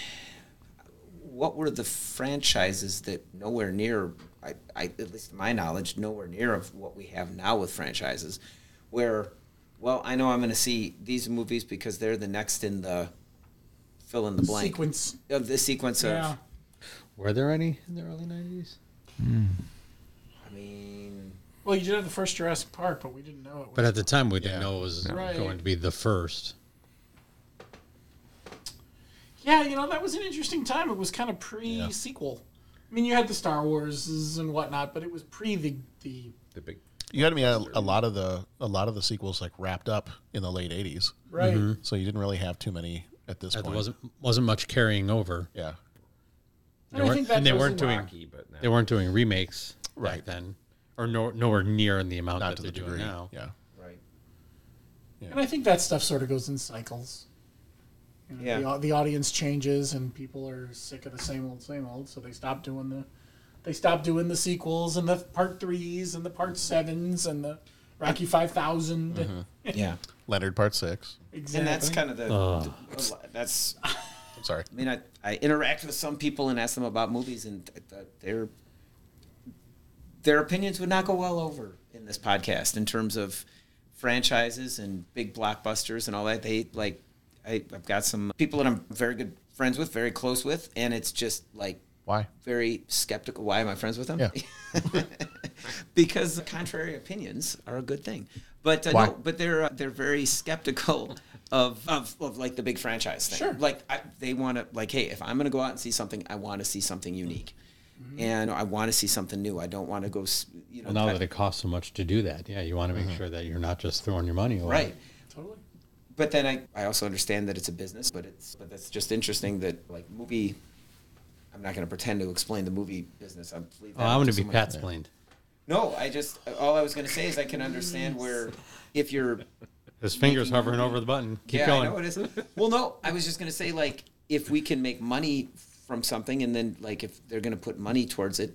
what were the franchises that nowhere near, I, I at least to my knowledge, nowhere near of what we have now with franchises, where, well, I know I'm going to see these movies because they're the next in the fill in the blank Sequence. of the sequence Yeah. of. Were there any in the early nineties? I mean, Well, you did have the first Jurassic Park, but we didn't know it. Was. But at the time, we didn't know it was Right. going to be the first. yeah, you know that was an interesting time. It was kind of pre-sequel. I mean, you had the Star Warses and whatnot, but it was pre the the The big You had me a, a lot of the a lot of the sequels like wrapped up in the late 80s. Right. Mhm. So you didn't really have too many at this There point. wasn't wasn't much carrying over. Yeah. They And I weren't- think that and they was weren't doing Rocky, but now- they weren't doing remakes back Right. then, or no, nowhere near in the amount Not that to the they're doing degree, now. yeah. right. And I think that stuff sort of goes in cycles. You know, Yeah. The, au- the audience changes and people are sick of the same old, same old, so they stop doing the, they stop doing the sequels and the part threes and the part sevens and the Rocky Five Mm-hmm. Yeah. Leonard Part Six. Exactly. And that's kind of the. Ugh. the- that's. I'm sorry. I mean, I, I interact with some people and ask them about movies, and th- th- their their opinions would not go well over in this podcast in terms of franchises and big blockbusters and all that. They like, I, I've got some people that I'm very good friends with, very close with, and it's just like why very skeptical. Why am I friends with them? Yeah. because contrary opinions are a good thing. But uh, Why? no, but they're uh, they're very skeptical of, of of like the big franchise thing. Sure. Like I, they want to like, hey, if I'm going to go out and see something, I want to see something unique, and I want to see something new. I don't want to go, s- you know. Mm-hmm. Well, now type- that it costs so much to do that, yeah, you want to make sure that you're not just throwing your money away. right. Totally. But then I, I also understand that it's a business, but it's but that's just interesting that like movie. I'm not going to pretend to explain the movie business. I'm leave Oh, that I up want to be someone- Pat's blamed. No, I just all I was going to say is I can understand where if you're His fingers hovering over the button. Keep yeah, going. I know it is. Well, no, I was just going to say like if we can make money from something, and then like if they're going to put money towards it,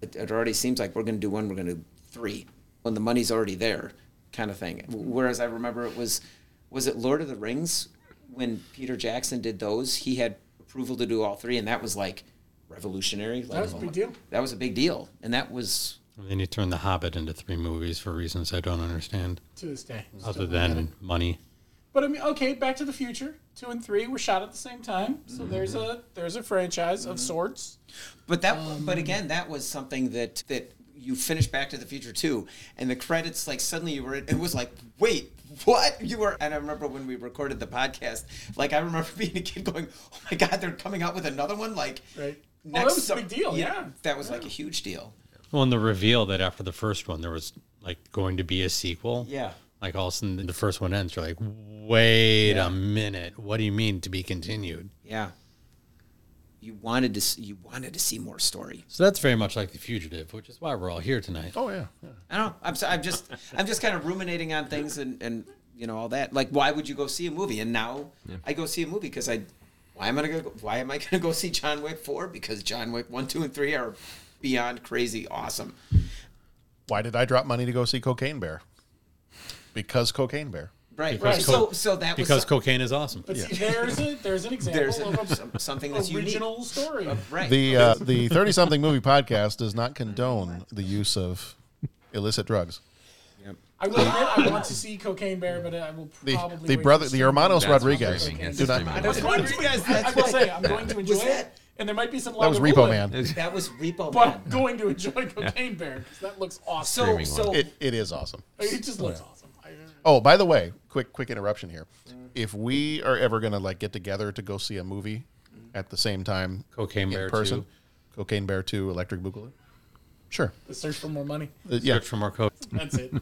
it, it already seems like we're going to do one, we're going to do three, when the money's already there, kind of thing. Whereas I remember it was, was it Lord of the Rings when Peter Jackson did those, he had approval to do all three, and that was like revolutionary. Like, was a big deal. That was a big deal, and that was And then you turn The Hobbit into three movies for reasons I don't understand. To this day. Other Still than money. But I mean, okay, Back to the Future two and three were shot at the same time, so Mm-hmm. there's a there's a franchise of sorts. But that, Um, but again, that was something that that you finished Back to the Future too, and the credits like suddenly you were it was like wait. What you were, and I remember when we recorded the podcast. Like I remember being a kid going, "Oh my god, they're coming out with another one!" Like right. Oh, that was a big deal, yeah. that was like a huge deal. Well, and the reveal that after the first one, there was like going to be a sequel. Yeah. Like all of a sudden, the first one ends. You're like, wait a minute. What do you mean to be continued? Yeah. You wanted to see, you wanted to see more story. So that's very much like The Fugitive, which is why we're all here tonight. Oh yeah. I don't. know. I'm. so- I'm just. I'm just kind of ruminating on things and and you know all that. Like, why would you go see a movie? And now Yeah. I go see a movie because I. Why am I gonna go? Why am I gonna go see John Wick four? Because John Wick one, two, and three are beyond crazy awesome. Why did I drop money to go see Cocaine Bear? Because Cocaine Bear. Right. right. So so that was some- cocaine is awesome. But see, there's a there's an example There's an- of a, some- something that's unique. original story. right. The uh, the thirty something movie podcast does not condone the use of illicit drugs. I will admit I want to see Cocaine Bear, but I will The- probably the wait brother- for the streaming. Hermanos That's Rodriguez. streaming. That's Do not- streaming. I was going to- Rodriguez, I- I that's will why. say I'm going to enjoy Was it, that- and there might be some. That was Lagavulin, Repo Man. That was Repo But Man. I'm going to enjoy Cocaine Bear because that looks awesome. Streaming one. it, it is awesome. It just looks Yeah. awesome. uh, Oh, by the way, quick quick interruption here. If we are ever gonna like get together to go see a movie at the same time, Cocaine in Bear person, 2. Cocaine Bear Two, Electric Boogaloo. Sure. The search for more money. Uh, yeah. Search for more coke. That's it.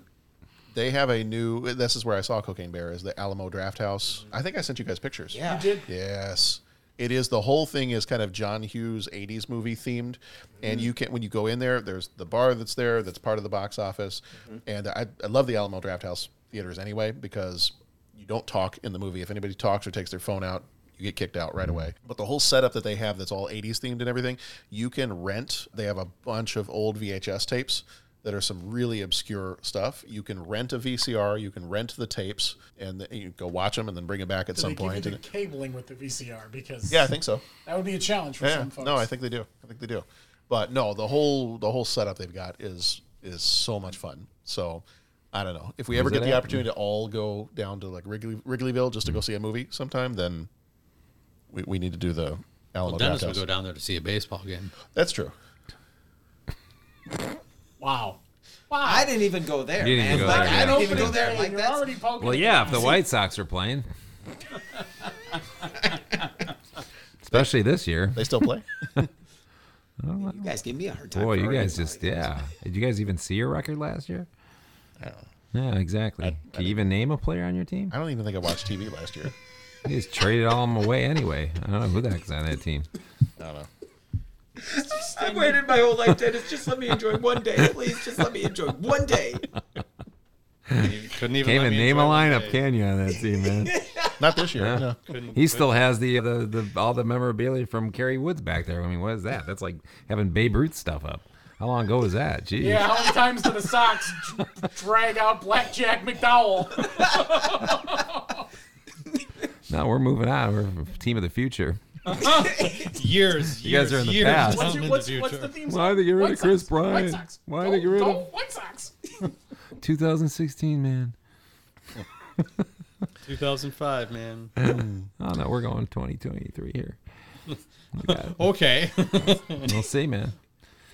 They have a new. This is where I saw Cocaine Bear is the Alamo Draft House. I think I sent you guys pictures. Yeah. You did. Yes. It is the whole thing is kind of John Hughes '80s movie themed, Mm-hmm. and you can when you go in there, there's the bar that's there that's part of the box office, Mm-hmm. and I, I love the Alamo Draft House theaters anyway because you don't talk in the movie. If anybody talks or takes their phone out, you get kicked out right Mm-hmm. away. But the whole setup that they have that's all 80s themed and everything, you can rent. They have a bunch of old VHS tapes that are some really obscure stuff. You can rent a VCR, you can rent the tapes, and th- you go watch them and then bring them back at Do some they give point. you the And- cabling with the VCR because yeah, I think so. that would be a challenge for Yeah, some folks. No, I think they do. I think they do. But no, the whole the whole setup they've got is is so much fun. So I don't know if we Is ever it Mm-hmm. get the out? opportunity to all go down to like Wrigley, Wrigleyville just to go see a movie sometime, then we, we need to do the Well, Alamo Draft Dennis will House. go down there to see a baseball game. That's true. Wow. Wow. I didn't even go there, You didn't man. even go like there, I yeah. didn't even go Opening there. day, Like you're that's already poking Well, at yeah, if me. the White Sox are playing, especially this year, they still play. you guys give me a hard time. Boy, for you already guys just yeah. Did you guys even see your record last year? Yeah, exactly. Can you even name a player on your team? I don't even think I watched TV last year. They just traded all them away anyway. I don't know who the heck's on that team. I don't know. I've waited my whole life, Dennis. Just let me enjoy one day, please. Just let me enjoy one day. Couldn't even Can't let even me name a enjoy my lineup, day. can you, on that team, man? Not this year. Yeah. No. He still has the, the the all the memorabilia from Kerry Woods back there. I mean, what is that? That's like having Babe Ruth stuff up. How long ago was that? Jeez. Yeah, how many times do the Sox d- drag out Blackjack McDowell? No, we're moving on. We're a team of the future. years, You guys are in the past. What's, your, what's, what's the theme song? Why did they get rid White of Chris Sox, White Bryant? Sox. Why did they get rid Go of White Sox. 2016, man? 2005, man. oh no, we're going 2023 here. We got it. Okay. we'll see, man.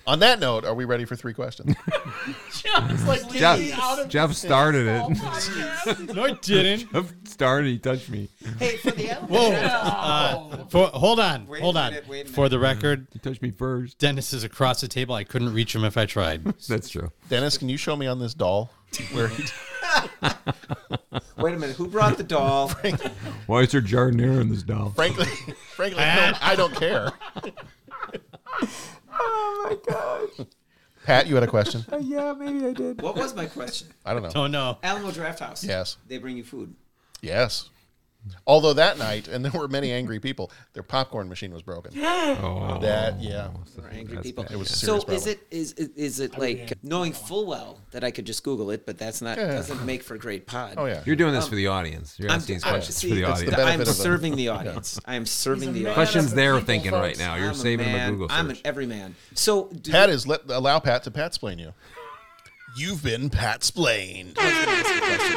On that note, are we ready for three questions? It's like leaving Jeff, me out of Jeff this started whole it. podcast. No, I didn't. Jeff started. He touched me. Hey, for the elevator. Whoa. Uh, for, hold on. Wait a hold on. minute, wait a for the record, you touched me first. Dennis is across the table. I couldn't reach him if I tried. That's true. Dennis, can you show me on this doll where he Wait a minute. Who brought the doll? Why is there jardinera in this doll? frankly, frankly, no, I don't care. oh my gosh. Pat, you had a question. yeah, maybe I did. What was my question? I don't know. Oh, no. Alamo Draft House. Yes. They bring you food. Yes. Although that night, and there were many angry people, their popcorn machine was broken. Oh. that yeah, Or angry people. It was a so serious is it is is- is it like knowing full well that I could just Google it, but that's not Yeah. doesn't make for a great pod. Oh, yeah. You're doing this Um, for the audience. You're I'm- asking these I'm- questions see, for the that's audience. I'm serving the audience. I am serving the audience. Questions they're thinking right now. You're I'm a saving them a man. Google search. I'm an everyman. So do Pat is let allow Pat to Pat splain you. You've been Pat splained.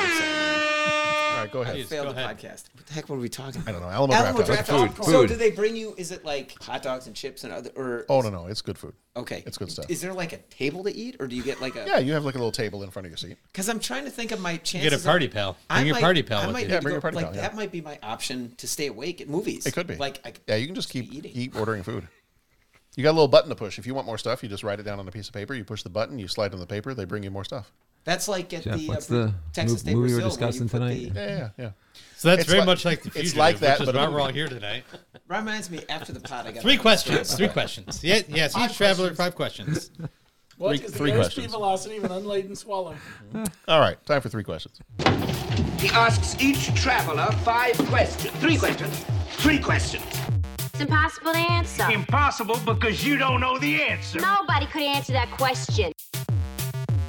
All right, go ahead. I failed the podcast. What the heck were we talking? I don't know. Alamo, Alamo draft Draft House. So do they bring you? Is it like hot dogs and chips and other? Or Oh no, no, it's good food. Okay, it's good stuff. Is there like a table to eat, or do you get like a? Yeah, you have like a little table in front of your seat. Because I'm trying to think of my chances. a of- party pal. Bring your might- party pal I with might you. need Yeah, to bring your go- party like, pal, yeah. That might be my option to stay awake at movies. It could be. Like I, Yeah, you can just keep keep ordering food. You got a little button to push. If you want more stuff, you just write it down on a piece of paper. You push the button, you slide on the paper, they bring you more stuff. that's like at Jeff, the, what's uh, the Texas mov- State movie we're Brazil where you discussing put the- tonight? Yeah, yeah, yeah. So that's It's very like- much like the fugitive, It's like that, which is but why we're all here tonight. Reminds me after the pot, I got Three a- questions. Three questions. Yeah, yes. Five Each traveler, five questions. What is Three- the three airspeed questions. velocity of an unladen swallow? All right, time for three questions. He asks each traveler five questions. Three questions. Three questions. It's impossible to answer. Impossible because you don't know the answer. Nobody could answer that question.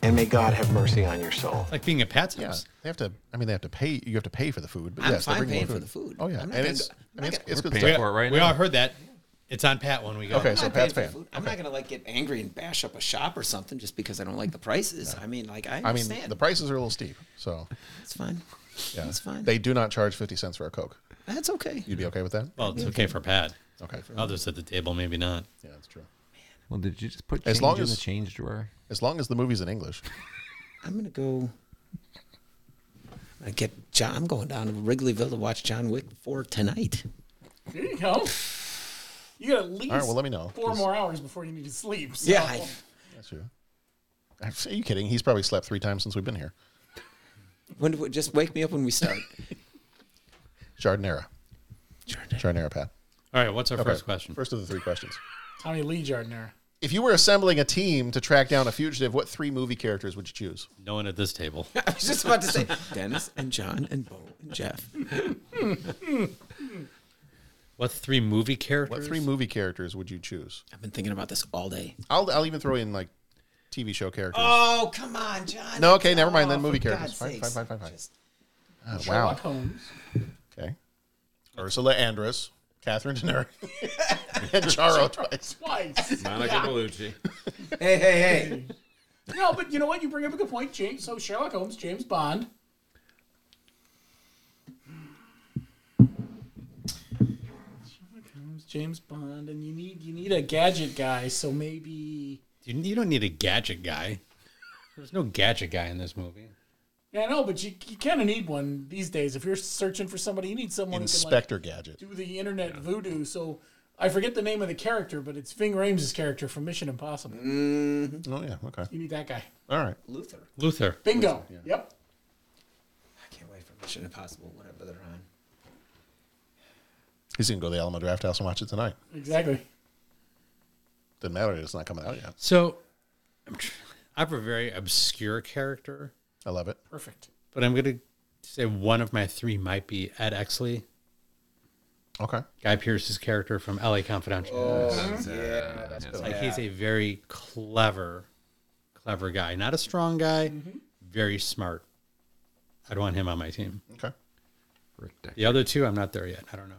and may God have mercy on your soul. Like being a Pat's Yeah, they have to. I mean, they have to pay. You have to pay for the food, but I'm yes, they fine bring more paying for the food. Oh yeah, I'm and not gonna it's go- I mean, I'm it's, not it's gonna- good we, stuff. we all heard that. It's on Pat when we go. Okay, I'm so not Pat's paying for paying. food. I'm not gonna like get angry and bash up a shop or something just because I don't like the prices. I mean, like I I mean, understand. the prices are a little steep, so it's fine. Yeah, It's fine. They do not charge fifty cents for a coke. That's okay. You'd be okay with that? Well, it's okay for Pat. Okay. For Others at the table, maybe not. Yeah, that's true. Well, did you just put change As long in as the change drawer? As long as the movie's in English. I'm gonna go. I get John. I'm going down to Wrigleyville to watch John Wick four tonight. There you go. You got at least All right, well, let me know, four 'cause- more hours before you need to sleep. So. Yeah, I- That's true. Are you kidding? He's probably slept three times since we've been here. When do- just wake me up when we start. Jardinera. Jardinera, Pat. All right, what's our Okay, first question? First of the three questions. Tommy Lee Jardiner. If you were assembling a team to track down a fugitive, what three movie characters would you choose? No one at this table. I was just about to say Dennis and John and Bo and Jeff. What three movie characters? What three movie characters would you choose? I've been thinking about this all day. I'll, I'll even throw in like TV show characters. Oh come on, John. no, okay, never mind. Oh, Then movie for God's characters. Fine, fine, sakes. fine, fine, fine. Just- Ah, Sherlock wow. Holmes. Okay. Ursula Andress, Catherine Deneuve, and Charo twice. Twice. Monica Yeah. Bellucci. Hey, hey, hey. No, but you know what? You bring up a good point, James. So Sherlock Holmes, James Bond. Sherlock Holmes, James Bond, and you need you need a gadget guy. So maybe You, you don't need a gadget guy. There's no gadget guy in this movie. yeah, I know, but you, you kind of need one these days. If you're searching for somebody, you need someone Inspector who can like, Gadget. do the internet voodoo. So I forget the name of the character, but it's Ving Rhames' character from Mission Impossible. Oh, yeah, okay. You need that guy. All right. Luther. Luther. Bingo. Yep. I can't wait for Mission Impossible, whatever they're on. He's going to go to the Alamo Draft House and watch it tonight. Exactly. Doesn't matter. It's not coming out yet. So I'm tr- I have a very obscure character. I love it. Perfect. But I'm going to say one of my three might be Ed Exley. Okay. Guy Pierce's character from LA Confidential. Oh, yeah, It's like he's a very clever, clever guy. Not a strong guy, Mm-hmm. very smart. I'd want him on my team. Okay. The other two, I'm not there yet. I don't know.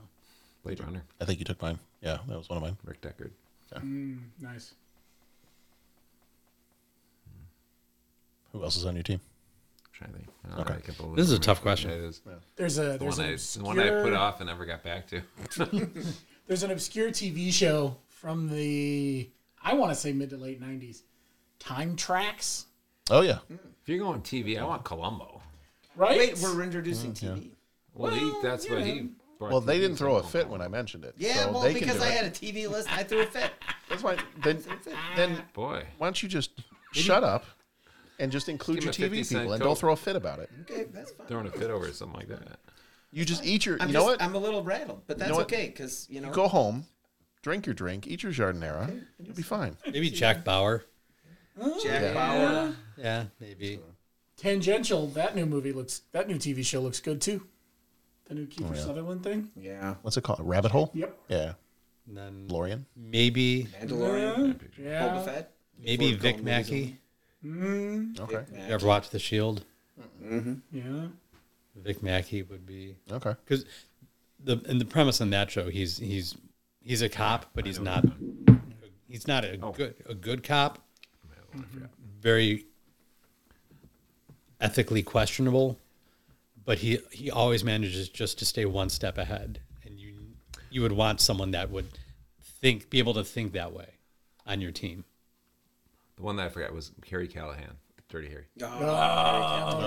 Blade Runner. I think you took mine. Yeah, that was one of mine. Rick Deckard. Mm, nice. Who else is on your team? Trying to think. Okay. This is a tough question. It is. There's a- The there's one an I- the one I put obscure- off and never got back to. There's an obscure TV show from the I want to say mid to late '90s. Time tracks, Oh yeah. If you're going TV, I want Columbo. right? Mm, Wait, we're introducing TV. Well, he, that's what he Well, they didn't throw a fit when I mentioned it. Yeah, so well, they can because do I it. had a TV list, I threw a fit. That's why. Then, then boy, why don't you just shut up and just include your Give him a TV 50 people cent and Coke. don't throw a fit about it. Okay, that's fine. Throwing a fit over something like that. You just eat your. I'm you know just- what? I'm a little rattled, but that's know what? okay because you know. You go home, drink your drink, eat your jardinera, you'll be fine. Maybe Jack Bauer. Jack Yeah. Bauer. Yeah, maybe. Tangential. That new movie looks. That new TV show looks good too. The new Kiefer Oh, yeah. Sutherland thing. Yeah. What's it called? Rabbit hole. Yep. Yeah. And then Lorian. maybe Mandalorian. Yeah. Boba Fett. maybe Before Vic Golden Age. Mackey. Mm-hmm. Mm, Okay. You ever watched The Shield? yeah. Vic Mackey would be Okay. because the and the premise on that show he's he's he's a cop but he's not he's not a good a good cop very ethically questionable but he he always manages just to stay one step ahead and you you would want someone that would think be able to think that way on your team The one that I forgot was Harry Callahan, Dirty Harry. Oh, Oh,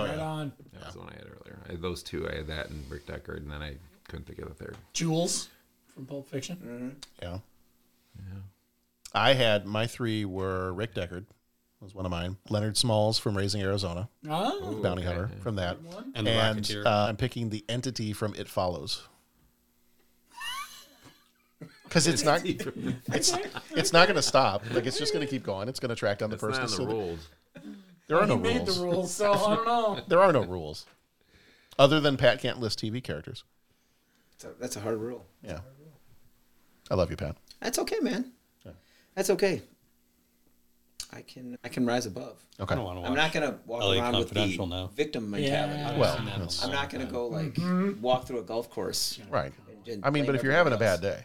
right on. That was the one I had earlier. I had those two. I had that and Rick Deckard, and then I couldn't think of the third. Jules from Pulp Fiction. Yeah. Yeah. I had my three were Rick Deckard was one of mine. Leonard Smalls from Raising Arizona. Oh. the bounty hunter from that. And And, The Rocketeer. uh, I'm picking the entity from It Follows. Because it's not, it's it's not going to stop. Like it's just going to keep going. It's going to track down the That's person. not in so the that- rules. Oh, There are no he made rules. the rules, so I don't know. There are no rules, other than Pat can't list TV characters. That's a, that's a hard rule. Yeah, I love you, Pat. That's okay, man. That's okay. I can I can rise above. Okay. I don't wanna I'm not watch gonna walk LA around with the Confidential now. victim mentality. Yeah. Well, I've seen that in a that's- I'm not gonna go like walk through a golf course. Right. And- and I mean, but blame if you're having a everybody bad else.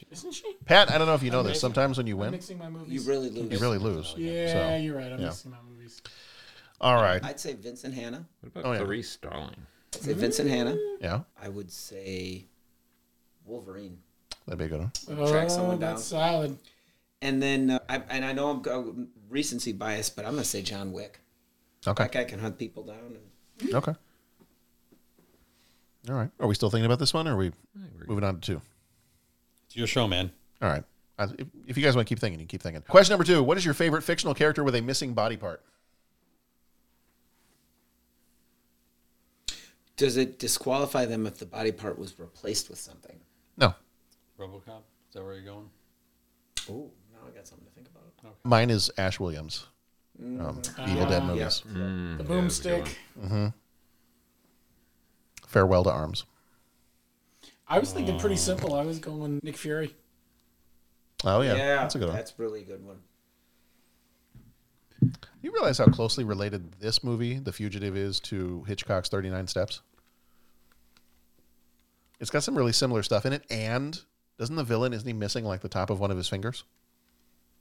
day, Isn't she? Pat, I don't know if you know I'm this. mixing- Sometimes when you I'm win, mixing my movies. you really lose. you really lose. Yeah, So, you're right. I'm yeah. missing my movies. All right. I'd say Vincent Hanna. What about Oh, yeah. Clarice Starling? I'd say Vincent Hanna. Yeah, I would say Wolverine. that'd be a good one. Track someone Oh, down. that's solid. And then, uh, I, and I know I'm go- recency bias, but I'm gonna say John Wick. Okay. That guy can hunt people down. And, Okay. All right. Are we still thinking about this one, or are we we're- moving on to two? it's your show man All right. I- If, if you guys want to keep thinking, you can keep thinking. Question number two: What is your favorite fictional character with a missing body part? does it disqualify them if the body part was replaced with something? No, robocop is that where you're going Oh, now I got something to think about. mine is Ash Williams, um, Evil Dead movies. The boomstick. Farewell to Arms. I was thinking pretty simple. I was going Nick Fury. Oh yeah, that's a good one. That's really a good one. You realize how closely related this movie, The Fugitive, is to Hitchcock's Thirty Nine Steps? It's got some really similar stuff in it, and doesn't the villain isn't he missing like the top of one of his fingers?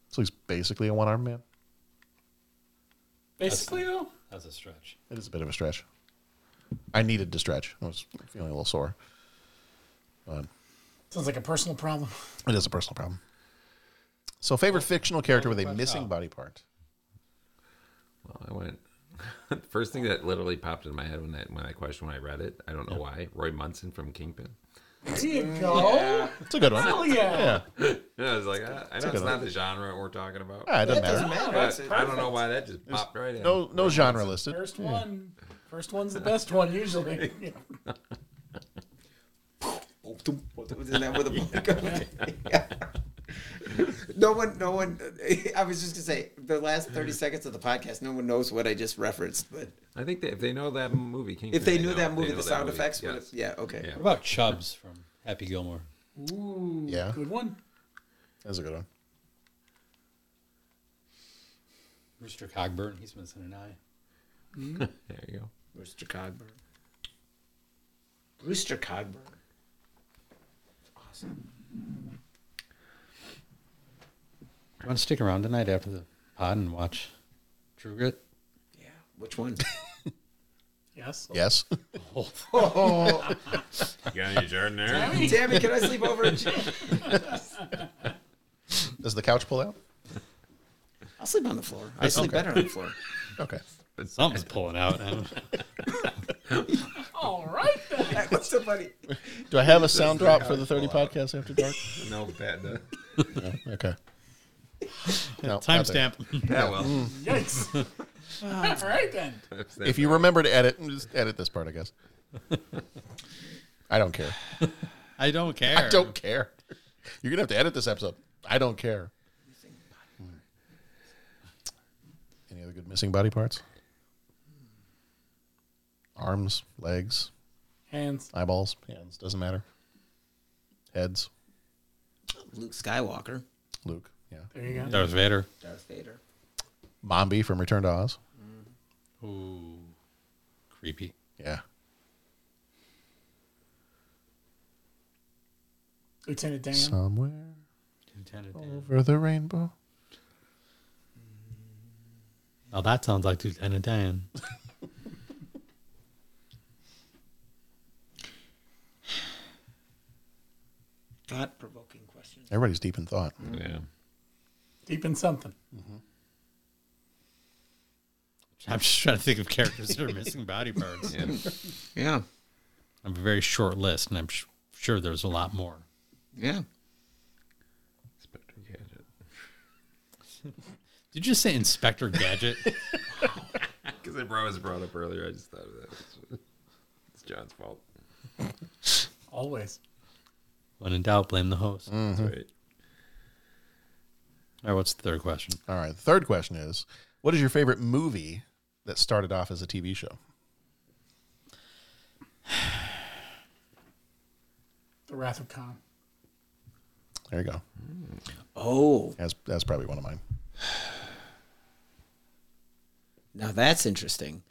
So he's basically a one armed man. Basically, though. that's a stretch It is a bit of a stretch. I needed to stretch. I was feeling a little sore. But Sounds like a personal problem. it is a personal problem. So, favorite fictional character with a missing body part? Well, I went. the first thing that literally popped into my head when that when that question when I read it, I don't know why. Roy Munson from Kingpin. There you go. It's a good one. Hell yeah. yeah, I was like, I, I know good it's not one. the genre we're talking about. Ah, it doesn't That doesn't matter. matter. That's but I don't know why that just popped right in. No, no genre listed. First one. First one's the best one usually. Isn't that where the bullet goes? Yeah. No one, no one. I was just gonna say the last thirty seconds of the podcast. No one knows what I just referenced, but I think that if they know that movie, Kingpin, if they knew know- that movie, know the sound movie. effects would. Yes. Yeah. Okay. Yeah. what about chubbs from happy gilmore Ooh, Yeah. good one. That's a good one. rooster cogburn he's missing an eye There you go. Rooster Cogburn. Rooster Cogburn. Awesome. You want to stick around tonight after the pod and watch True Grit? Yeah. Which one? Yes. Yes. oh, You got any Jordan there? Tammy, can I sleep over at Jim? Does the couch pull out? I'll sleep on the floor. I sleep Okay. better on the floor. Okay. Something's pulling out. I don't- All right then. What's the funny. Do I have a sound drop for the 30 podcast after dark? No, Pat does. No, okay. Timestamp. Yeah, well. Mm. Yikes. All right then. If you remember to edit, just edit this part, I guess. I don't care. I don't care. I don't care. You're gonna have to edit this episode. I don't care. Any other good missing body parts? Arms, legs, Hands. eyeballs, hands. Doesn't matter. Heads. Luke Skywalker. Luke. Yeah. There you go. Darth Vader. Darth Vader. Bombi from Return to Oz. Ooh, creepy. Yeah. Lieutenant Dan. Somewhere Lieutenant over the rainbow. Now Oh, that sounds like Lieutenant Dan. Thought provoking question. Everybody's deep in thought. Yeah. Deep in something. I'm just trying to think of characters that are missing body parts. Yeah. Yeah. I have a very short list, and I'm sh- sure there's a lot more. Yeah. Inspector Gadget. Did you just say Inspector Gadget? Because it brought- was brought up earlier. I just thought of that. It's John's fault. Always. when in doubt, blame the host. That's right. Mm-hmm. All right, what's the third question? All right. The third question is What is your favorite movie that started off as a TV show? The Wrath of Khan. There you go. Oh, That's, that's probably one of mine. now that's interesting.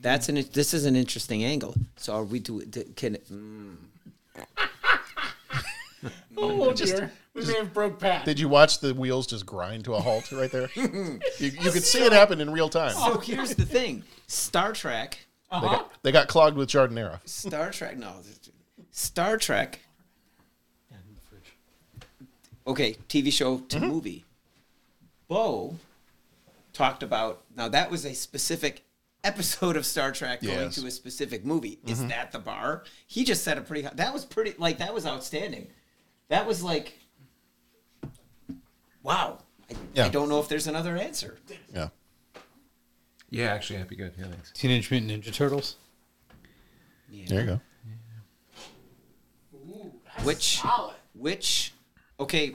That's an. This is an interesting angle. So are we do? do- Can mm, Oh dear. We may have broke Pat. Did you watch the wheels just grind to a halt right there? you, you could see it happen in real time. so Oh, here's the thing. Star Trek. They, got, they got clogged with Jardinera. Star Trek. No, Star Trek. Okay, TV show to Mm-hmm. movie. Bo talked about now that was a specific episode of Star Trek going Yes. to a specific movie. Is Mhm. that the bar? He just set a pretty high, that was pretty like that was outstanding. That was like wow. I, I Yeah. don't know if there's another answer. Yeah. Yeah, actually, happy good. Yeah, thanks. Teenage Mutant Ninja Turtles. There you go. which which okay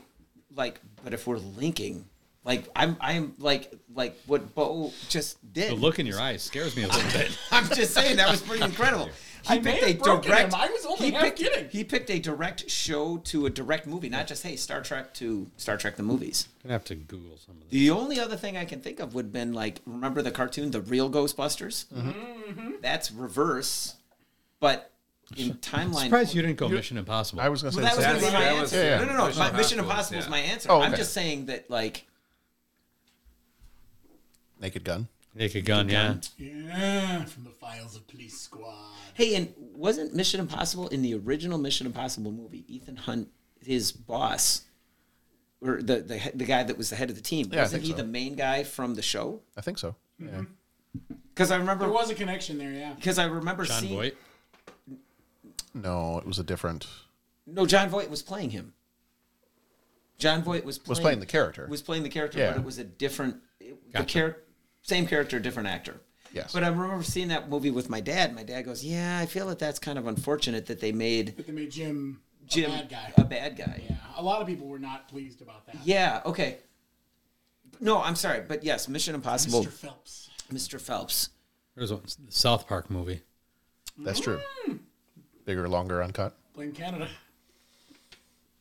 like but if we're linking like i'm i'm like like what bo just did The look in your eyes scares me a little bit. i'm just saying that was pretty incredible he I may picked a have broken direct him. I was only he half picked, kidding. he picked a direct show to a direct movie not just hey star trek to star trek the movies I'm gonna have to Google some of this. the only other thing i can think of would have been like remember the cartoon the real ghostbusters Mm-hmm. that's reverse but in timeline Surprised you didn't go Mission Impossible. I was going to well, say that was going to be the same thing. my that was- answer. yeah, yeah. No, no, no. Mission my, Mission Impossible, Impossible is yeah. my answer. Oh, I'm okay. just saying that, like, Naked Gun. Naked Gun, yeah. Yeah, from the files of Police Squad. hey, and wasn't Mission Impossible in the original Mission Impossible movie? Ethan Hunt, his boss, or the the, he- the guy that was the head of the team, Yeah, I wasn't think he so. the main guy from the show? I think so. Yeah. Because I There remember, was a connection there, yeah. because I remember John seeing. Voight. No, it was a different. No, John Voight was playing him. John Voight was playing, Was playing the character. Was playing the character, Yeah. but it was a different it- the Gotcha. char- same character, different actor. Yes. But I remember seeing that movie with my dad. My dad goes, "Yeah, I feel that that's kind of unfortunate that they made But they made Jim, Jim a bad guy. a bad guy." Yeah, a lot of people were not pleased about that. Yeah, okay. No, I'm sorry, but yes, Mission Impossible, Mr. Phelps. Mr. Phelps. There's a South Park movie. That's true. Mm. Bigger, longer, uncut. Blame Canada.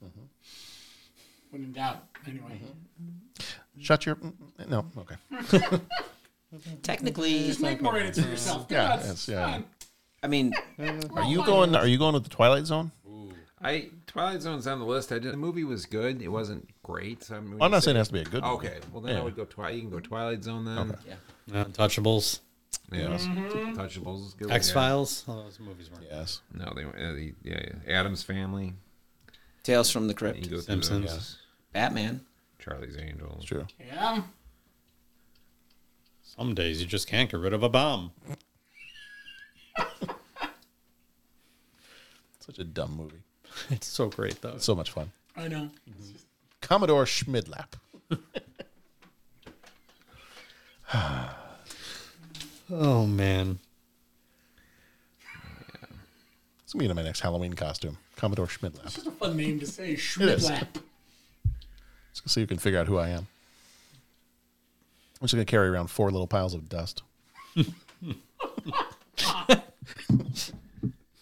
Mm-hmm. When in doubt, anyway. Shut your. No, okay. Technically, Just make more edits for yourself. Yeah, God, it's, yeah. I mean, Are you going? Are you going with the Twilight Zone? I Twilight Zone's on the list. I did, the movie was good. It wasn't great. So I'm, when I'm you not say- saying it has to be a good. movie. Okay, well then Yeah. I would go Twilight. You can go Twilight Zone then. Untouchables. Yeah, Touchables is good. X Files. All those movies weren't. Yes. Yeah. No, they, uh, the, yeah, yeah. Adam's Family. Tales from the You can Crypt, go through Simpsons. those. Batman. Charlie's Angels. It's true. Yeah. Some days you just can't get rid of a bomb. Such a dumb movie. It's so great though. so much fun. I know. Mm-hmm. Commodore Schmidlap. Oh man. It's gonna be in my next Halloween costume, Commodore Schmidlap. It's just a fun name to say. is. Schmidlap. Just so you can figure out who I am. I'm just gonna carry around four little piles of dust.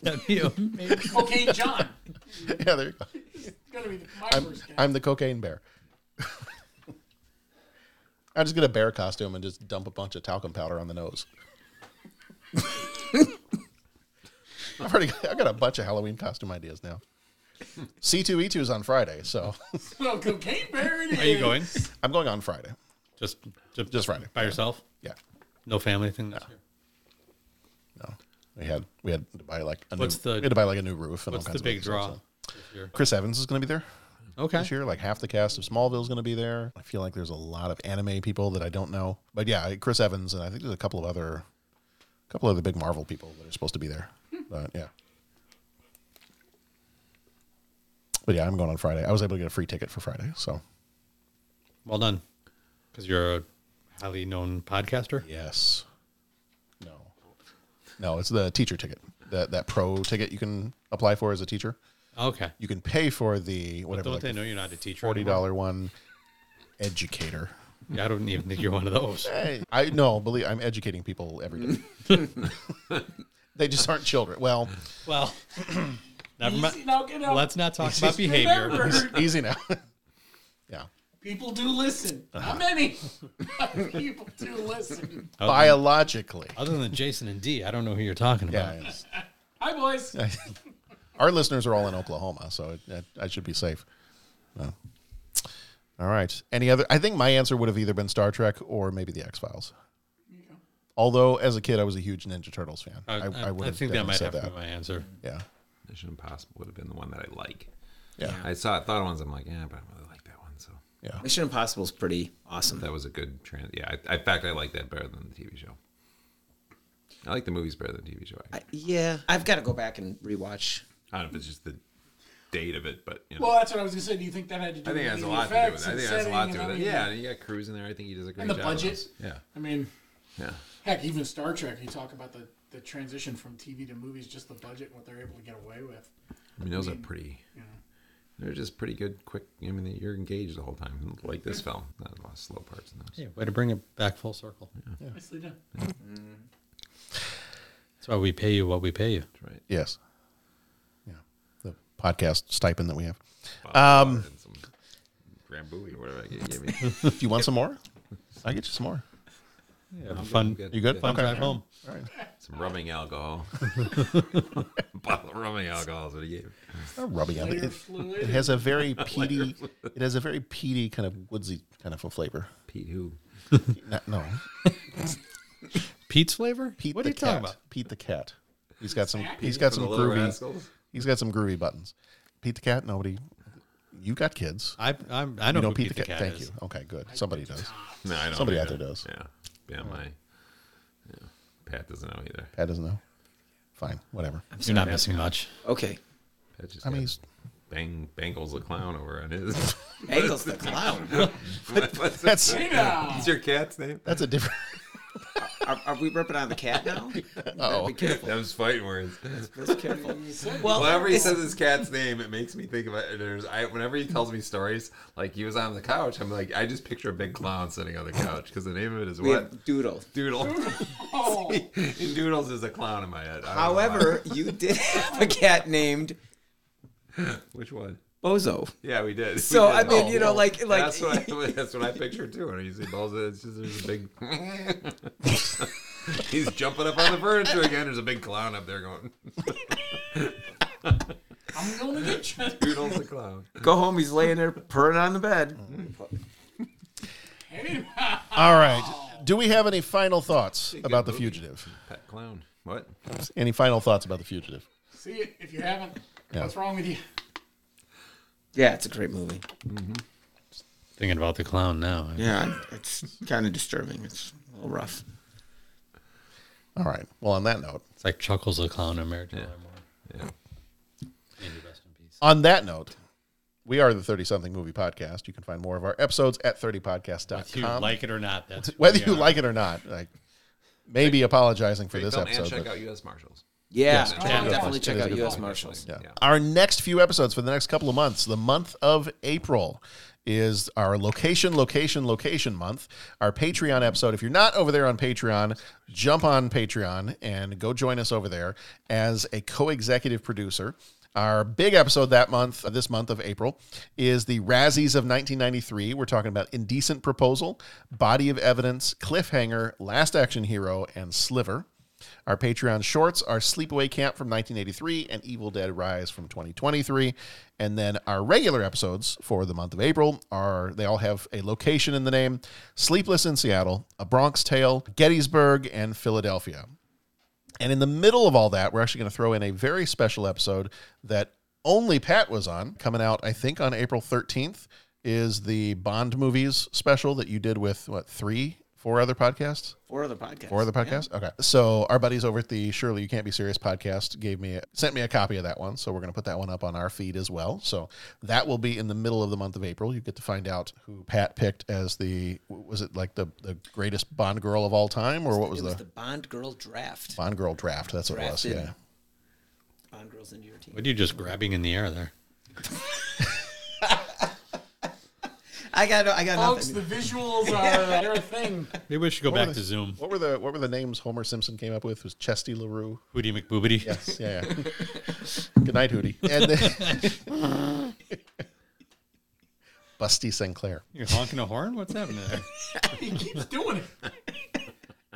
That'd be amazing. Cocaine John. yeah, there you go. Gotta be the, my I'm, first guess. I'm the cocaine bear. I just get a bear costume and just dump a bunch of talcum powder on the nose. I've already got, I've got a bunch of Halloween costume ideas now. C2E2 is on Friday, so Well, cocaine bear it Are you is. going? I'm going on Friday. Just just, Just Friday. by yourself? Yeah. No family thing this year. We had we had to buy like a What's new, the- we had to buy like a new roof. And what's all the kinds of big other draw stuff, so. this year? Chris Evans is going to be there. Okay. This year, like half the cast of Smallville is going to be there. I feel like there's a lot of anime people that I don't know, but yeah, I- Chris Evans and I think there's a couple of other, a couple of the big Marvel people that are supposed to be there. But yeah. But yeah, I'm going on Friday. I was able to get a free ticket for Friday, so Well done. Because you're a highly known podcaster. Yes. no, it's the teacher ticket. That that pro ticket you can apply for as a teacher. Okay. You can pay for the whatever. don't like they the know you're not a teacher Forty dollar one, educator. Yeah, I don't even think you're one of those. Hey, I no believe I'm educating people every day. they just aren't children. Well, Well, never Easy mind. now, get out. Let's not talk Easy. about behavior. Remember. easy now. People do listen. Uh-huh. Not many. but People do listen. Biologically. Other than Jason and D, I don't know who you're talking about. Hi, boys. Our listeners are all in Oklahoma, so it, it, I should be safe. No. All right. Any other? I think my answer would have either been Star Trek or maybe the X Files. Although, as a kid, I was a huge Ninja Turtles fan. I, Uh, I, I, would have think that definitely might said have to be my answer. Yeah. Mission Impossible would have been the one that I like. Yeah. I saw it, thought of ones. I'm like, yeah, but I don't really like that one. So yeah, Mission Impossible is pretty awesome. That was a good trans. Yeah, I, I- in fact, I like that better than the TV show. I like the movies better than the TV show. I, Yeah, I've got to go back and rewatch. I don't know if it's just the date of it, but you know. Well, that's what I was gonna say. Do you think that had to do? I think it with has a the lot to do with effects it. I and think it has a lot to setting do and with it. Yeah, everything? and you got crews in there. I think he does a great And the job. of budget. those. Yeah. I mean, Yeah. heck, even Star Trek. You talk about the the transition from TV to movies, just the budget, and what they're able to get away with. I mean, those are pretty. They're just pretty good, quick. I mean, you're engaged the whole time, like this film. Not a lot of slow parts in those. Hey, way to bring it back full circle. Nicely done. That's why we pay you what we pay you. That's right. Yes. Yeah. The podcast stipend that we have. Um, Rambouille or whatever I get, gave me. do you want some more? I get you some more. Yeah, I'm I'm fun. good. You good? Fun Okay. drive home. All right. Some rubbing alcohol. bottle of rubbing alcohol is what he gave. It's not rubbing out. It, Lighter it, fluid. it has a very Lighter peaty. fluid. It has a very peaty kind of woodsy kind of a flavor. Pete who? no. Pete's flavor? Pete What are the you talking cat. about? Pete the cat. He's got some. Zack? He's got For some the Little groovy. Rascals? He's got some groovy buttons. Pete the cat. Nobody. You got kids. I I'm, I know You who Pete the Cat Thank is. you. Okay, good. Somebody does. No, I don't. Somebody out either. there does. Yeah. Yeah, my. yeah. Pat doesn't know either. Pat doesn't know. Fine, whatever. You're not missing much. Okay. Pat just I mean, got he's- Bang, Bangles the clown over on his. Bangles the Clown? What- what's That's- it? Hey now. It's your cat's name. That's a different. Are, are we ripping on the cat now? Oh, Be careful. that was fighting words. Be careful. Well, whenever he it's- says his cat's name, it makes me think about. There's, I, whenever he tells me stories, like he was on the couch, I'm like, I just picture a big clown sitting on the couch because the name of it is We what have Doodle. Doodle. Oh. See, Doodles is a clown in my head. I don't know However, why. you did have a cat named which one? Bozo. Yeah, we did. We So, did. I mean, you know, well, like- like- that's what I, that's what I picture too. When you see Bozo, it's just there's a big. He's jumping up on the furniture again. There's a big clown up there going. I'm going to get you. Doodles the clown. Go home. He's laying there purring on the bed. All right. Do we have any final thoughts about the fugitive? Pet clown. What? Any final thoughts about the fugitive? See it if you haven't. Yeah. What's wrong with you? Yeah, it's a great movie. Thinking about the clown now. Yeah, it's kind of disturbing. It's a little rough. All right. Well, on that note, It's like Chuckles the clown in Marriage. Yeah. On that note, we are the 30 something movie podcast. You can find more of our episodes at 30podcast.com. Whether you like it or not, that's who whether we you are. like it or not. Like maybe apologizing for Great this film, episode. And check but- out U.S. Marshals. Yeah, Yes, oh, check out definitely check It is a out good U.S. film. Marshals. Yeah. Our next few episodes for the next couple of months, the month of April, is our location, location, location month. Our Patreon episode. If you're not over there on Patreon, jump on Patreon and go join us over there as a co executive producer. Our big episode that month, this month of April, is the Razzies of 1993. We're talking about Indecent Proposal, Body of Evidence, Cliffhanger, Last Action Hero, and Sliver. Our Patreon shorts are Sleepaway Camp from 1983 and Evil Dead Rise from 2023. And then our regular episodes for the month of April are they all have a location in the name Sleepless in Seattle, A Bronx Tale, Gettysburg, and Philadelphia. And in the middle of all that, we're actually going to throw in a very special episode that only Pat was on, coming out, I think, on April 13th, is the Bond movies special that you did with, what, three, four other podcasts? Four other podcasts. Four other podcasts. Okay. So our buddies over at the Surely You Can't Be Serious podcast gave me sent me a copy of that one. So we're going to put that one up on our feed as well. So that will be in the middle of the month of April. You get to find out who Pat picked as the was it like the the greatest Bond girl of all time or what was, It was the, the Bond Girl draft. Bond girl draft? That's what it Drafted. was. Yeah. Bond Girls into your team. What are you just grabbing in the air there? I got. I got Folks, nothing. the visuals are they're a thing. Maybe we should go What were back the- to Zoom. What were the what were the names Homer Simpson came up with? Was Chesty Larue? Hootie McBoobity. Yes. Yeah. yeah. Good night, Hootie. And then Busty Sinclair. You're honking a horn? What's happening there? he keeps doing it.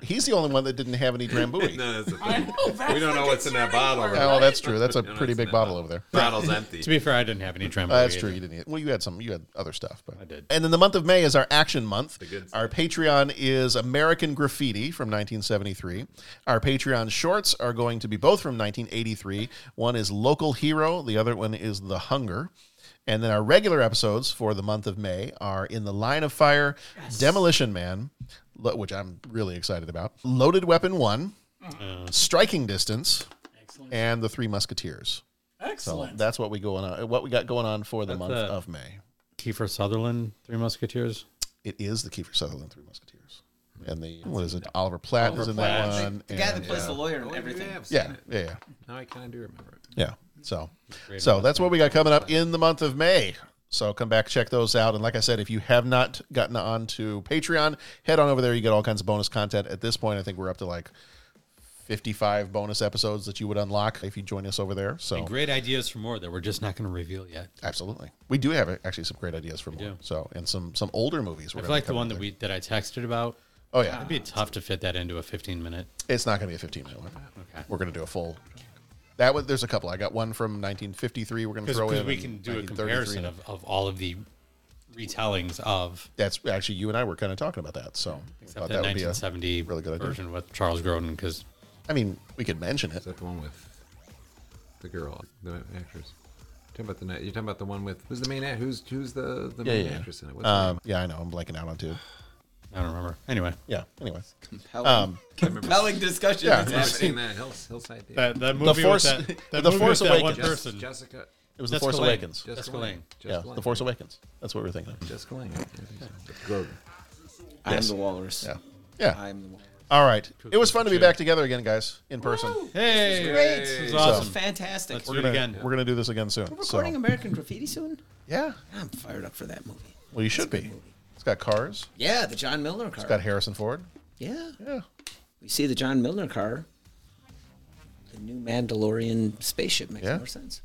He's the only one that didn't have any Drambuie. no, that's the thing. I know, that's we don't know what's in that bottle. Oh, that's true. That's a No, no, pretty it's big not. bottle over there. Bottle's empty. to be fair, I didn't have any tremble. Uh, that's true. You didn't. Eat. Well, you had some. You had other stuff, but I did. And then the month of May is our action month. good Our Patreon is American Graffiti from 1973. Our Patreon shorts are going to be both from 1983. One is Local Hero. The other one is The Hunger. And then our regular episodes for the month of May are In the Line of Fire, Demolition Man, lo- which I'm really excited about, Loaded Weapon One, Mm. Striking Distance, and The Three Musketeers. Excellent. So that's what we going on. uh, What we got going on for the month a- of May. Kiefer Sutherland, Three Musketeers. It is the Kiefer Sutherland Three Musketeers, and the what is it? Oliver Platt Mm-hmm. is Oliver in Platt. that one. the guy and- that plays yeah. the lawyer and Oh, everything. Yeah, I've seen Yeah, it. yeah, yeah, Now I kind of do remember it. yeah. So, so that's what we got coming up in the month of May. So come back, check those out, and like I said, if you have not gotten onto Patreon, head on over there. You get all kinds of bonus content. At this point, I think we're up to like. 55 bonus episodes that you would unlock if you join us over there. So And great ideas for more that we're just not going to reveal yet. absolutely. We do have actually some great ideas for more. do. So, and some some older movies we're I feel gonna be like the covering one there. that we that I texted about. Oh, yeah. it'd be tough to fit that into a 15 minute. It's not going to be a 15 minute one. Ah, Okay. We're going to do a full. That one, there's a couple. I got one from 1953. We're going to Because throw in. we and can do a 1933. comparison of, of all of the retellings of That's actually you and I were kind of talking about that. So I except thought that, would be a- 1970 really good idea. version with Charles Grodin. Because I mean, we could mention it. Is that the one with the girl, the actress? You're talking about the night. You're talking about the one with who's the main act? Who's who's the the main actress in it? What's her Um, yeah, I know. I'm blanking out on two. I don't remember. Anyway, Yeah. Anyway, Compelling, Um, compelling discussion. Yeah. It's name? I've I've seen seen- that Hills, hillside. Theater. that that The movie Force- with that, that The movie Force with that one Awakens. person. Jessica. it was The Jessica Force Lange. Awakens. Jessica Jessica Lange. yeah, Jessica Lange. The Force Awakens. That's what we were thinking. Of. Jessica Lange. I think so. Grogan. I'm Yes. the walrus. Yeah. Yeah. I'm the walrus. All right. It was fun to be back together again, guys, in person. Hey, Great. this is This awesome. is fantastic. Let's We're do it We're again. gonna- We're going to do this again soon. recording so. American Graffiti soon. Yeah. I'm fired up for that movie. Well, you should be. It's got cars. Yeah, the John Milner It's car. got Harrison Ford. yeah, Yeah. we see the John Milner car. The new Mandalorian spaceship makes Yeah. more sense.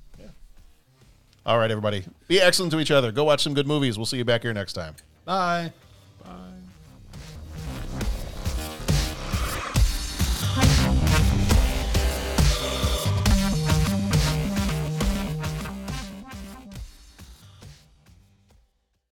All right, everybody. Be excellent to each other. Go watch some good movies. We'll see you back here next time. Bye. Bye.